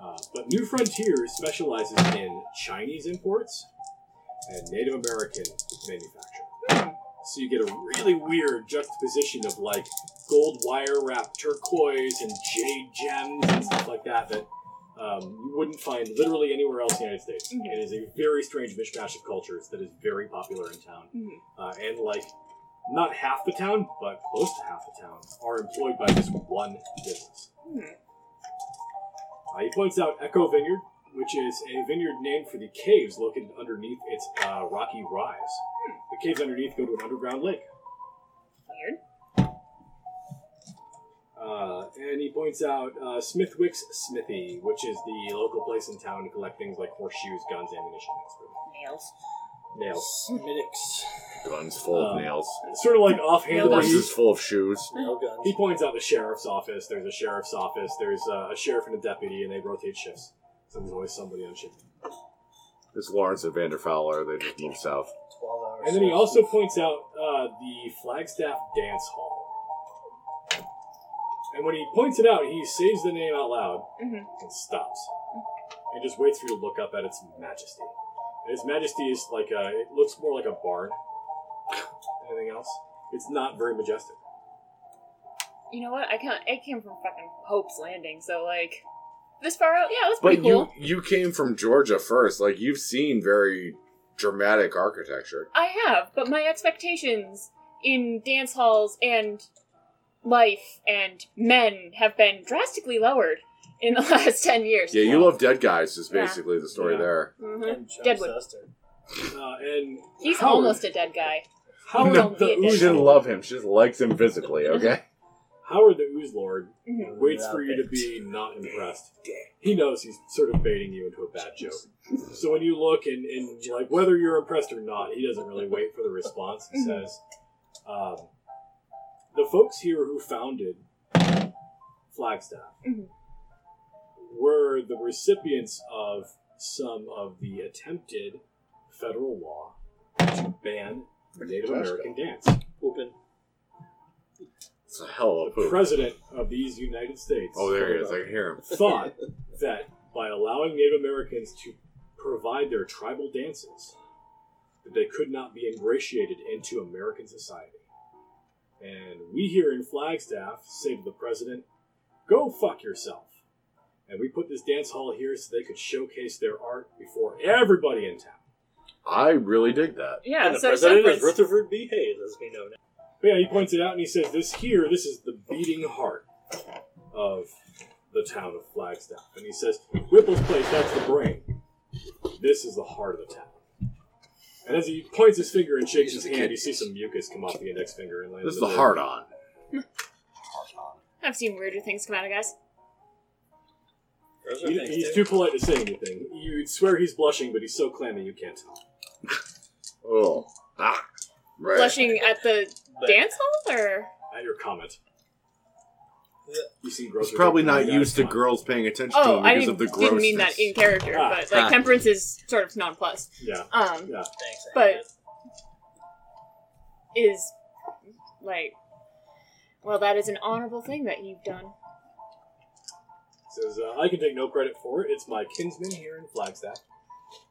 [SPEAKER 4] Uh, but New Frontiers specializes in Chinese imports and Native American manufacture. So you get a really weird juxtaposition of like gold wire wrapped turquoise and jade gems and stuff like that that um, you wouldn't find literally anywhere else in the United States.
[SPEAKER 3] Mhm.
[SPEAKER 4] It is a very strange mishmash of cultures that is very popular in town.
[SPEAKER 3] Mhm.
[SPEAKER 4] Uh, and like not half the town, but close to half the town, are employed by this one business.
[SPEAKER 3] Hmm.
[SPEAKER 4] Uh, he points out Echo Vineyard, which is a vineyard named for the caves located underneath its uh, rocky rise. The caves underneath go to an underground lake.
[SPEAKER 3] Weird.
[SPEAKER 4] Uh, and he points out uh, Smithwick's Smithy, which is the local place in town to collect things like horseshoes, guns, ammunition, that sort of
[SPEAKER 3] Nails.
[SPEAKER 4] thing. nails.
[SPEAKER 5] Smittix.
[SPEAKER 9] Guns full of
[SPEAKER 3] Oh.
[SPEAKER 4] Um,
[SPEAKER 9] nails.
[SPEAKER 4] Sort of like offhand.
[SPEAKER 9] Horses full of shoes.
[SPEAKER 5] Nail guns.
[SPEAKER 4] He points out the sheriff's office. There's a sheriff's office. There's uh, a sheriff and a deputy, and they rotate shifts. So there's always somebody on shift.
[SPEAKER 9] It's Lawrence and Vanderfowler. They just moved south.
[SPEAKER 5] 12 hours.
[SPEAKER 4] And then he also points out uh, the Flagstaff Dance Hall. And when he points it out, he says the name out loud
[SPEAKER 3] Mhm.
[SPEAKER 4] and stops. And just waits for you to look up at its majesty. And its majesty is like a, it looks more like a barn. than Anything else? It's not very majestic.
[SPEAKER 3] You know what? I can't. I came from fucking Hope's Landing, so like this far out. Yeah, that's pretty
[SPEAKER 9] But
[SPEAKER 3] cool.
[SPEAKER 9] you you came from Georgia first. Like you've seen very dramatic architecture.
[SPEAKER 3] I have, but my expectations in dance halls and life and men have been drastically lowered in the [LAUGHS] last ten years.
[SPEAKER 9] Yeah, you
[SPEAKER 4] Wow.
[SPEAKER 9] love dead guys. Is
[SPEAKER 3] Yeah.
[SPEAKER 9] basically the story
[SPEAKER 4] Yeah.
[SPEAKER 9] there.
[SPEAKER 3] Mhm.
[SPEAKER 5] And Chum
[SPEAKER 3] Deadwood.
[SPEAKER 5] Sester.
[SPEAKER 4] Uh, and
[SPEAKER 3] He's
[SPEAKER 4] Howard-
[SPEAKER 3] almost a dead guy.
[SPEAKER 4] Howard
[SPEAKER 3] Don't
[SPEAKER 4] the
[SPEAKER 3] be a
[SPEAKER 9] She
[SPEAKER 4] Ooze
[SPEAKER 9] didn't
[SPEAKER 4] Lord-
[SPEAKER 9] love him. She just likes him physically. Okay.
[SPEAKER 4] Howard the Ooze Lord
[SPEAKER 3] Mhm.
[SPEAKER 4] waits for you to be not impressed. He knows he's sort of baiting you into a bad joke. So when you look and, and like whether you're impressed or not, he doesn't really wait for the response. He says, um, "The folks here who founded Flagstaff
[SPEAKER 3] Mhm.
[SPEAKER 4] were the recipients of some of the attempted federal law to ban Native American dance."
[SPEAKER 5] Whoopin'.
[SPEAKER 9] It's a hell of a
[SPEAKER 4] The
[SPEAKER 9] poop.
[SPEAKER 4] president of these United States.
[SPEAKER 9] Oh, there he is. I can hear him.
[SPEAKER 4] thought that by allowing Native Americans to provide their tribal dances, that they could not be ingratiated into American society. And we here in Flagstaff say to the president, "Go fuck yourself." And we put this dance hall here so they could showcase their art before everybody in town.
[SPEAKER 9] I really dig that.
[SPEAKER 3] [LAUGHS] Yeah,
[SPEAKER 5] and the
[SPEAKER 3] so
[SPEAKER 5] president is
[SPEAKER 3] Temperance-
[SPEAKER 5] Rutherford B. Hayes, as we know now.
[SPEAKER 4] But yeah, he points it out and he says, "This here, this is the beating heart of the town of Flagstaff." And he says, "Whipple's place, that's the brain. This is the heart of the town." And as he points his finger and shakes his hand, you see some mucus come off the index finger and land.
[SPEAKER 9] This is
[SPEAKER 4] in
[SPEAKER 9] the
[SPEAKER 4] dirt.
[SPEAKER 9] hard on.
[SPEAKER 3] I've seen weirder things come out of guys.
[SPEAKER 5] Those are
[SPEAKER 4] He-
[SPEAKER 5] things,
[SPEAKER 4] he's
[SPEAKER 5] too.
[SPEAKER 4] too polite to say anything. You'd swear he's blushing, but he's so clammy you can't tell.
[SPEAKER 9] Oh. Ah. Right.
[SPEAKER 3] Blushing at the
[SPEAKER 5] But-
[SPEAKER 3] dance hall, or
[SPEAKER 4] At your comment,
[SPEAKER 5] Yeah.
[SPEAKER 4] you see.
[SPEAKER 9] He's probably not used to girls paying attention to
[SPEAKER 3] oh,
[SPEAKER 9] him
[SPEAKER 3] I
[SPEAKER 9] because
[SPEAKER 3] didn't,
[SPEAKER 9] of the
[SPEAKER 3] didn't
[SPEAKER 9] grossness.
[SPEAKER 3] mean that in character,
[SPEAKER 4] Ah,
[SPEAKER 3] but like
[SPEAKER 9] ah.
[SPEAKER 3] temperance is sort of nonplussed.
[SPEAKER 4] Yeah,
[SPEAKER 3] Um,
[SPEAKER 4] yeah.
[SPEAKER 5] Thanks,
[SPEAKER 3] But-
[SPEAKER 5] Angus.
[SPEAKER 3] is like, well, that is an honorable thing that you've done.
[SPEAKER 4] Says, uh, I can take no credit for it. It's my kinsman here in Flagstaff.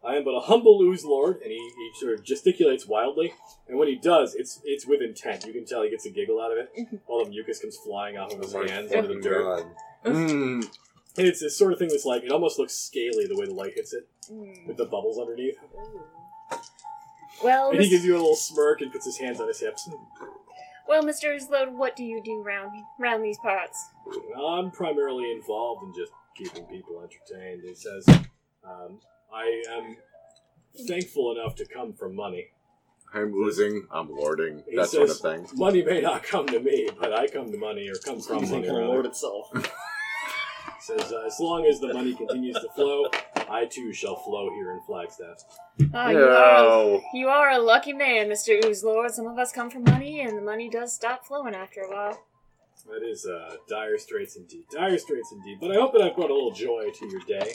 [SPEAKER 4] I am but a humble ooze lord, and he, he sort of gesticulates wildly. And when he does, it's it's with intent. You can tell he gets a giggle out of it. All the mucus comes flying off of his hands into the dirt.
[SPEAKER 2] Hmm.
[SPEAKER 9] Mm,
[SPEAKER 4] And it's this sort of thing that's like, it almost looks scaly the way the light hits it,
[SPEAKER 3] Mm.
[SPEAKER 4] with the bubbles underneath.
[SPEAKER 3] Well,
[SPEAKER 4] And he
[SPEAKER 3] Mis-
[SPEAKER 4] gives you a little smirk and puts his hands on his hips.
[SPEAKER 3] well, Mister Islode, what do you do round round these parts?
[SPEAKER 4] I'm primarily involved in just keeping people entertained. He says, Um, I am thankful enough to come from money.
[SPEAKER 2] I'm losing, I'm lording,
[SPEAKER 4] He
[SPEAKER 2] that sort of
[SPEAKER 4] says-
[SPEAKER 2] thing.
[SPEAKER 4] Money may not come to me, but I come to money or come from money.
[SPEAKER 7] the
[SPEAKER 4] rather.
[SPEAKER 7] Lord
[SPEAKER 5] [LAUGHS]
[SPEAKER 7] itself.
[SPEAKER 4] He says, uh, as long as the money continues to flow, I too shall flow here in Flagstaff.
[SPEAKER 3] Ah, you, are a, you are a lucky man, Mr. Ooze Lord. Some of us come from money, and the money does stop flowing after a while.
[SPEAKER 4] That is uh, dire straits indeed. Dire straits indeed. But I hope that I've brought a little joy to your day.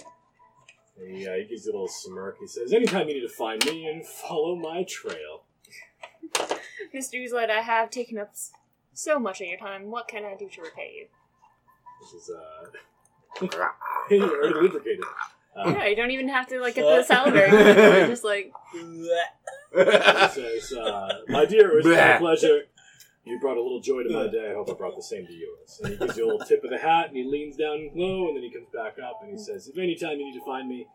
[SPEAKER 4] He, uh, he gives you a little smirk. He says, anytime you need to find me and follow my trail.
[SPEAKER 3] Mr. Ooze Lord, I have taken up s- so much of your time. What can I do to repay you?
[SPEAKER 4] This is, uh... [LAUGHS] you already lubricated. Uh,
[SPEAKER 3] Yeah, you don't even have to like get the salivary. glands. You just like
[SPEAKER 4] He says, uh, "My dear, it was my
[SPEAKER 2] Bleh.
[SPEAKER 4] pleasure. You brought a little joy to my day. I hope I brought the same to yours." And he gives you a little tip of the hat, and he leans down low, and then he comes back up, and he says, "If any time you need to find me,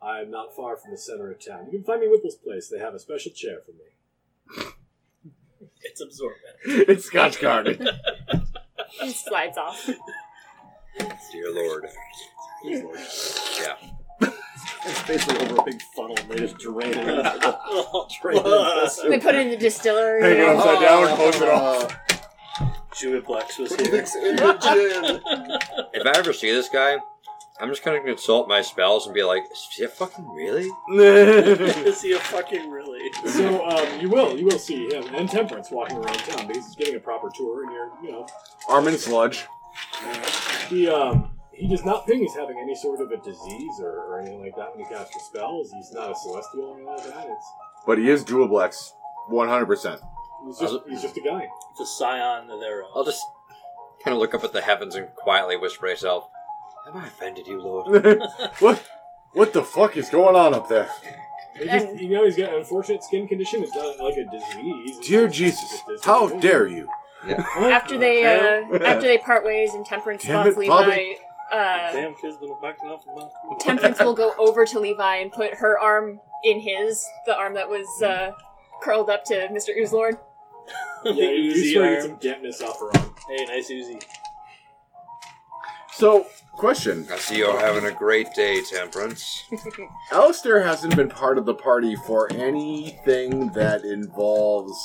[SPEAKER 4] I am not far from the center of town. You can find me Whipple's place. They have a special chair for me."
[SPEAKER 5] It's absorbent.
[SPEAKER 2] [LAUGHS] it's Scotch card.
[SPEAKER 3] it just slides off.
[SPEAKER 6] Dear Lord.
[SPEAKER 7] It's [LAUGHS] basically over a big funnel, and they just drain it. drain it.
[SPEAKER 3] They put it in the distillery.
[SPEAKER 2] Hang on. Upside down, close it
[SPEAKER 7] off.
[SPEAKER 5] Jewiplex was
[SPEAKER 7] Put
[SPEAKER 5] here.
[SPEAKER 7] mix in the
[SPEAKER 2] [LAUGHS]
[SPEAKER 7] gin.
[SPEAKER 6] If I ever see this guy, I'm just gonna consult my spells and be like, is he fucking really?
[SPEAKER 5] Is he a fucking really?
[SPEAKER 4] So um, you will, you will see him and Temperance walking around town because he's getting a proper tour, and you're, you know,
[SPEAKER 2] Armin Sludge.
[SPEAKER 4] He um he does not ping he's having any sort of a disease or, or anything like that when he casts his spells. He's not a celestial or anything like that. It's
[SPEAKER 2] But he is dual blacks. 100%.
[SPEAKER 4] he's just he's just a guy.
[SPEAKER 5] It's a scion of their
[SPEAKER 6] I'll
[SPEAKER 5] own.
[SPEAKER 6] just kind of look up at the heavens and quietly whisper to myself, Have I offended you, Lord?
[SPEAKER 2] [LAUGHS] what? What the fuck is going on up there?
[SPEAKER 4] He just, you know he's got an unfortunate skin condition. It's not like a disease. It's
[SPEAKER 2] Dear
[SPEAKER 4] just-
[SPEAKER 2] Jesus,
[SPEAKER 4] it's just-
[SPEAKER 2] how dare you?
[SPEAKER 3] After they uh, after they part ways and Temperance
[SPEAKER 2] Damn
[SPEAKER 3] spots
[SPEAKER 2] it,
[SPEAKER 3] Levi,
[SPEAKER 2] Bobby.
[SPEAKER 3] uh,
[SPEAKER 5] Damn kid's been backing off the mouth.
[SPEAKER 3] Temperance will go over to Levi and put her arm in his, the arm that was uh, curled up to Mr. Ooze Lord.
[SPEAKER 4] Yeah, you,
[SPEAKER 5] [LAUGHS]
[SPEAKER 4] you
[SPEAKER 5] Uzi
[SPEAKER 4] swear you get
[SPEAKER 5] arm.
[SPEAKER 4] some dampness off her arm.
[SPEAKER 5] Hey, nice Uzi.
[SPEAKER 2] So, question.
[SPEAKER 6] I see you're having a great day, Temperance.
[SPEAKER 2] Alistair hasn't been part of the party for anything that involves.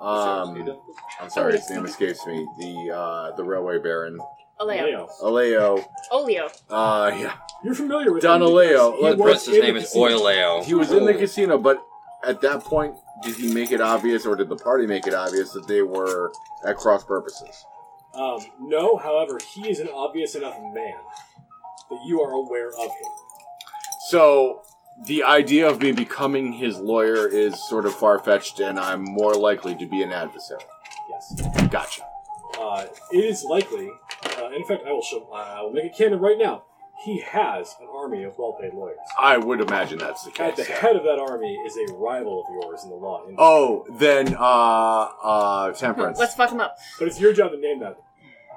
[SPEAKER 2] Um, I'm sorry, his name escapes me. The uh, the railway baron,
[SPEAKER 3] Aleo.
[SPEAKER 4] Leo.
[SPEAKER 2] Aleo.
[SPEAKER 3] Oleo.
[SPEAKER 2] Uh, yeah,
[SPEAKER 4] You're familiar with
[SPEAKER 2] Don
[SPEAKER 4] him because
[SPEAKER 2] Aleo.
[SPEAKER 4] he
[SPEAKER 2] Look,
[SPEAKER 6] The
[SPEAKER 4] was
[SPEAKER 6] prince's
[SPEAKER 4] in
[SPEAKER 6] name
[SPEAKER 4] the
[SPEAKER 6] is
[SPEAKER 4] casino.
[SPEAKER 6] Oileo.
[SPEAKER 2] he was in the casino, but at that point, did he make it obvious, or did the party make it obvious that they were at cross purposes?
[SPEAKER 4] Um, no, however, he is an obvious enough man that you are aware of him.
[SPEAKER 2] So the idea of me becoming his lawyer is sort of far fetched, and I'm more likely to be an adversary.
[SPEAKER 4] Yes.
[SPEAKER 2] Gotcha.
[SPEAKER 4] Uh, it is likely. Uh, in fact, I will show. I will make a canon right now. He has an army of well-paid lawyers.
[SPEAKER 2] I would imagine that's the
[SPEAKER 4] At
[SPEAKER 2] case.
[SPEAKER 4] the head of that army is a rival of yours in the law. industry.
[SPEAKER 2] Oh, then uh, uh, temperance.
[SPEAKER 3] Let's fuck him up.
[SPEAKER 4] But it's your job to name that.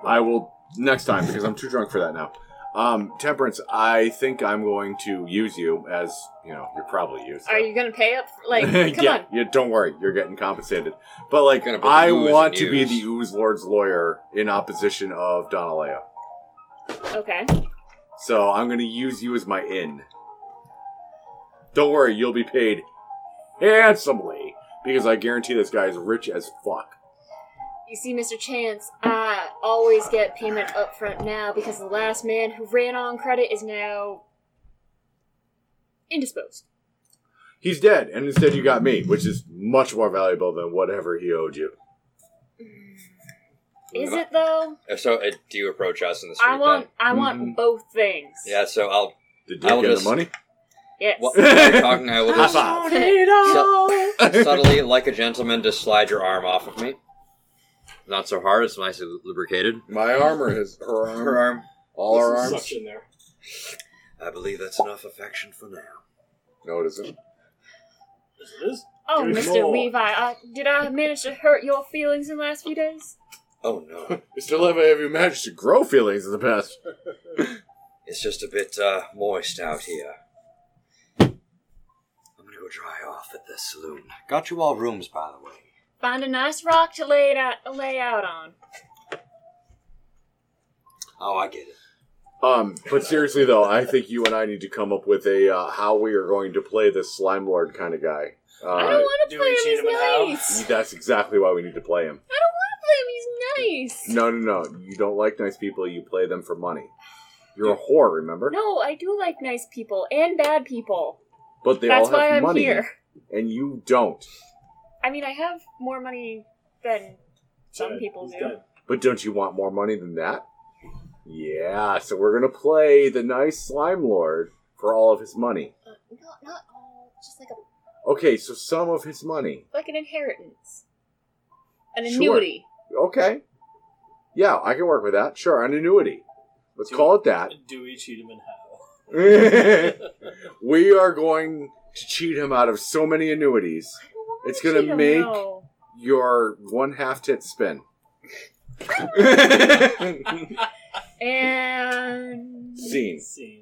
[SPEAKER 2] I will next time because I'm too drunk for that now. Um, temperance. I think I'm going to use you as you know. You're probably used.
[SPEAKER 3] Are you gonna pay up? For, like, come
[SPEAKER 2] [LAUGHS] yeah,
[SPEAKER 3] on.
[SPEAKER 2] yeah, don't worry. You're getting compensated. But like,
[SPEAKER 6] Gonna be the
[SPEAKER 2] I
[SPEAKER 6] ooze
[SPEAKER 2] want
[SPEAKER 6] and
[SPEAKER 2] to be
[SPEAKER 6] use.
[SPEAKER 2] the ooze lord's lawyer in opposition of Donaleo.
[SPEAKER 3] Okay.
[SPEAKER 2] So I'm going to use you as my in. Don't worry, you'll be paid handsomely because I guarantee this guy is rich as fuck.
[SPEAKER 3] You see, Mr. Chance, I always get payment up front now because the last man who ran on credit is now indisposed.
[SPEAKER 2] He's dead, and instead you got me, which is much more valuable than whatever he owed you.
[SPEAKER 3] Is it though?
[SPEAKER 6] If so, uh, do you approach us in the street?
[SPEAKER 3] I want I
[SPEAKER 2] Mhm.
[SPEAKER 4] Mm-hmm.
[SPEAKER 3] want both things.
[SPEAKER 6] Then? Yeah, so I'll.
[SPEAKER 2] Did
[SPEAKER 6] I'll
[SPEAKER 2] you get
[SPEAKER 6] just-
[SPEAKER 2] the money?
[SPEAKER 3] Yes.
[SPEAKER 2] [LAUGHS]
[SPEAKER 3] [LAUGHS]
[SPEAKER 6] While you're talking, I will
[SPEAKER 2] High
[SPEAKER 6] just
[SPEAKER 2] five.
[SPEAKER 6] su- [LAUGHS] subtly, like a gentleman, just slide your arm off of me. Not so hard, it's nicely lubricated.
[SPEAKER 2] My arm or his, her arm?
[SPEAKER 6] Her arm.
[SPEAKER 2] All
[SPEAKER 4] There's
[SPEAKER 2] our
[SPEAKER 4] some
[SPEAKER 2] arms?
[SPEAKER 4] Suction there.
[SPEAKER 6] I believe that's enough affection for now.
[SPEAKER 2] No, it isn't.
[SPEAKER 5] Is it this?
[SPEAKER 3] Oh,
[SPEAKER 4] Good
[SPEAKER 3] Mr.
[SPEAKER 4] lord.
[SPEAKER 3] Levi, I, did I manage to hurt your feelings in the last few days?
[SPEAKER 6] Oh
[SPEAKER 2] [LAUGHS]
[SPEAKER 6] no.
[SPEAKER 2] Mr. Levy, have you managed to grow feelings in the past?
[SPEAKER 6] It's just a bit uh, moist out here. I'm gonna go dry off at the saloon. Got you all rooms, by the way.
[SPEAKER 3] Find a nice rock to lay it out, lay out on.
[SPEAKER 6] Oh, I get it.
[SPEAKER 2] Um, but seriously though, I think you and I need to come up with a uh, how we are going to play this slime lord kind of guy.
[SPEAKER 3] I
[SPEAKER 2] Uh,
[SPEAKER 3] don't want to
[SPEAKER 4] Do
[SPEAKER 3] play
[SPEAKER 4] we
[SPEAKER 3] him.
[SPEAKER 4] cheat
[SPEAKER 3] He's
[SPEAKER 4] him now?
[SPEAKER 3] nice.
[SPEAKER 2] that's exactly why we need to play him.
[SPEAKER 3] I don't want to play him. He's nice.
[SPEAKER 2] No, no, no. You don't like nice people. You play them for money. You're a whore, remember?
[SPEAKER 3] No, I do like nice people and bad people.
[SPEAKER 2] But they
[SPEAKER 3] That's
[SPEAKER 2] all have
[SPEAKER 3] why I'm
[SPEAKER 2] money,
[SPEAKER 3] here.
[SPEAKER 2] and you don't.
[SPEAKER 3] I mean, I have more money than some
[SPEAKER 11] Dead.
[SPEAKER 3] people
[SPEAKER 11] He's
[SPEAKER 3] do.
[SPEAKER 11] dead.
[SPEAKER 2] But don't you want more money than that? Yeah. So we're gonna play the nice slime lord for all of his money.
[SPEAKER 3] Uh, not, not all. Just like a
[SPEAKER 2] Okay, so some of his money.
[SPEAKER 3] like an inheritance, an
[SPEAKER 2] Sure.
[SPEAKER 3] annuity.
[SPEAKER 2] Okay. Yeah, I can work with that. Sure, an annuity. Let's call it that. [LAUGHS]
[SPEAKER 4] Do we cheat him and how?
[SPEAKER 2] we are going to cheat him out of so many annuities.
[SPEAKER 3] I don't wanna
[SPEAKER 2] It's gonna
[SPEAKER 3] cheat him,
[SPEAKER 2] make-
[SPEAKER 3] no.
[SPEAKER 2] Your one half tit spin. [LAUGHS]
[SPEAKER 3] and
[SPEAKER 2] Scene.
[SPEAKER 4] Scene.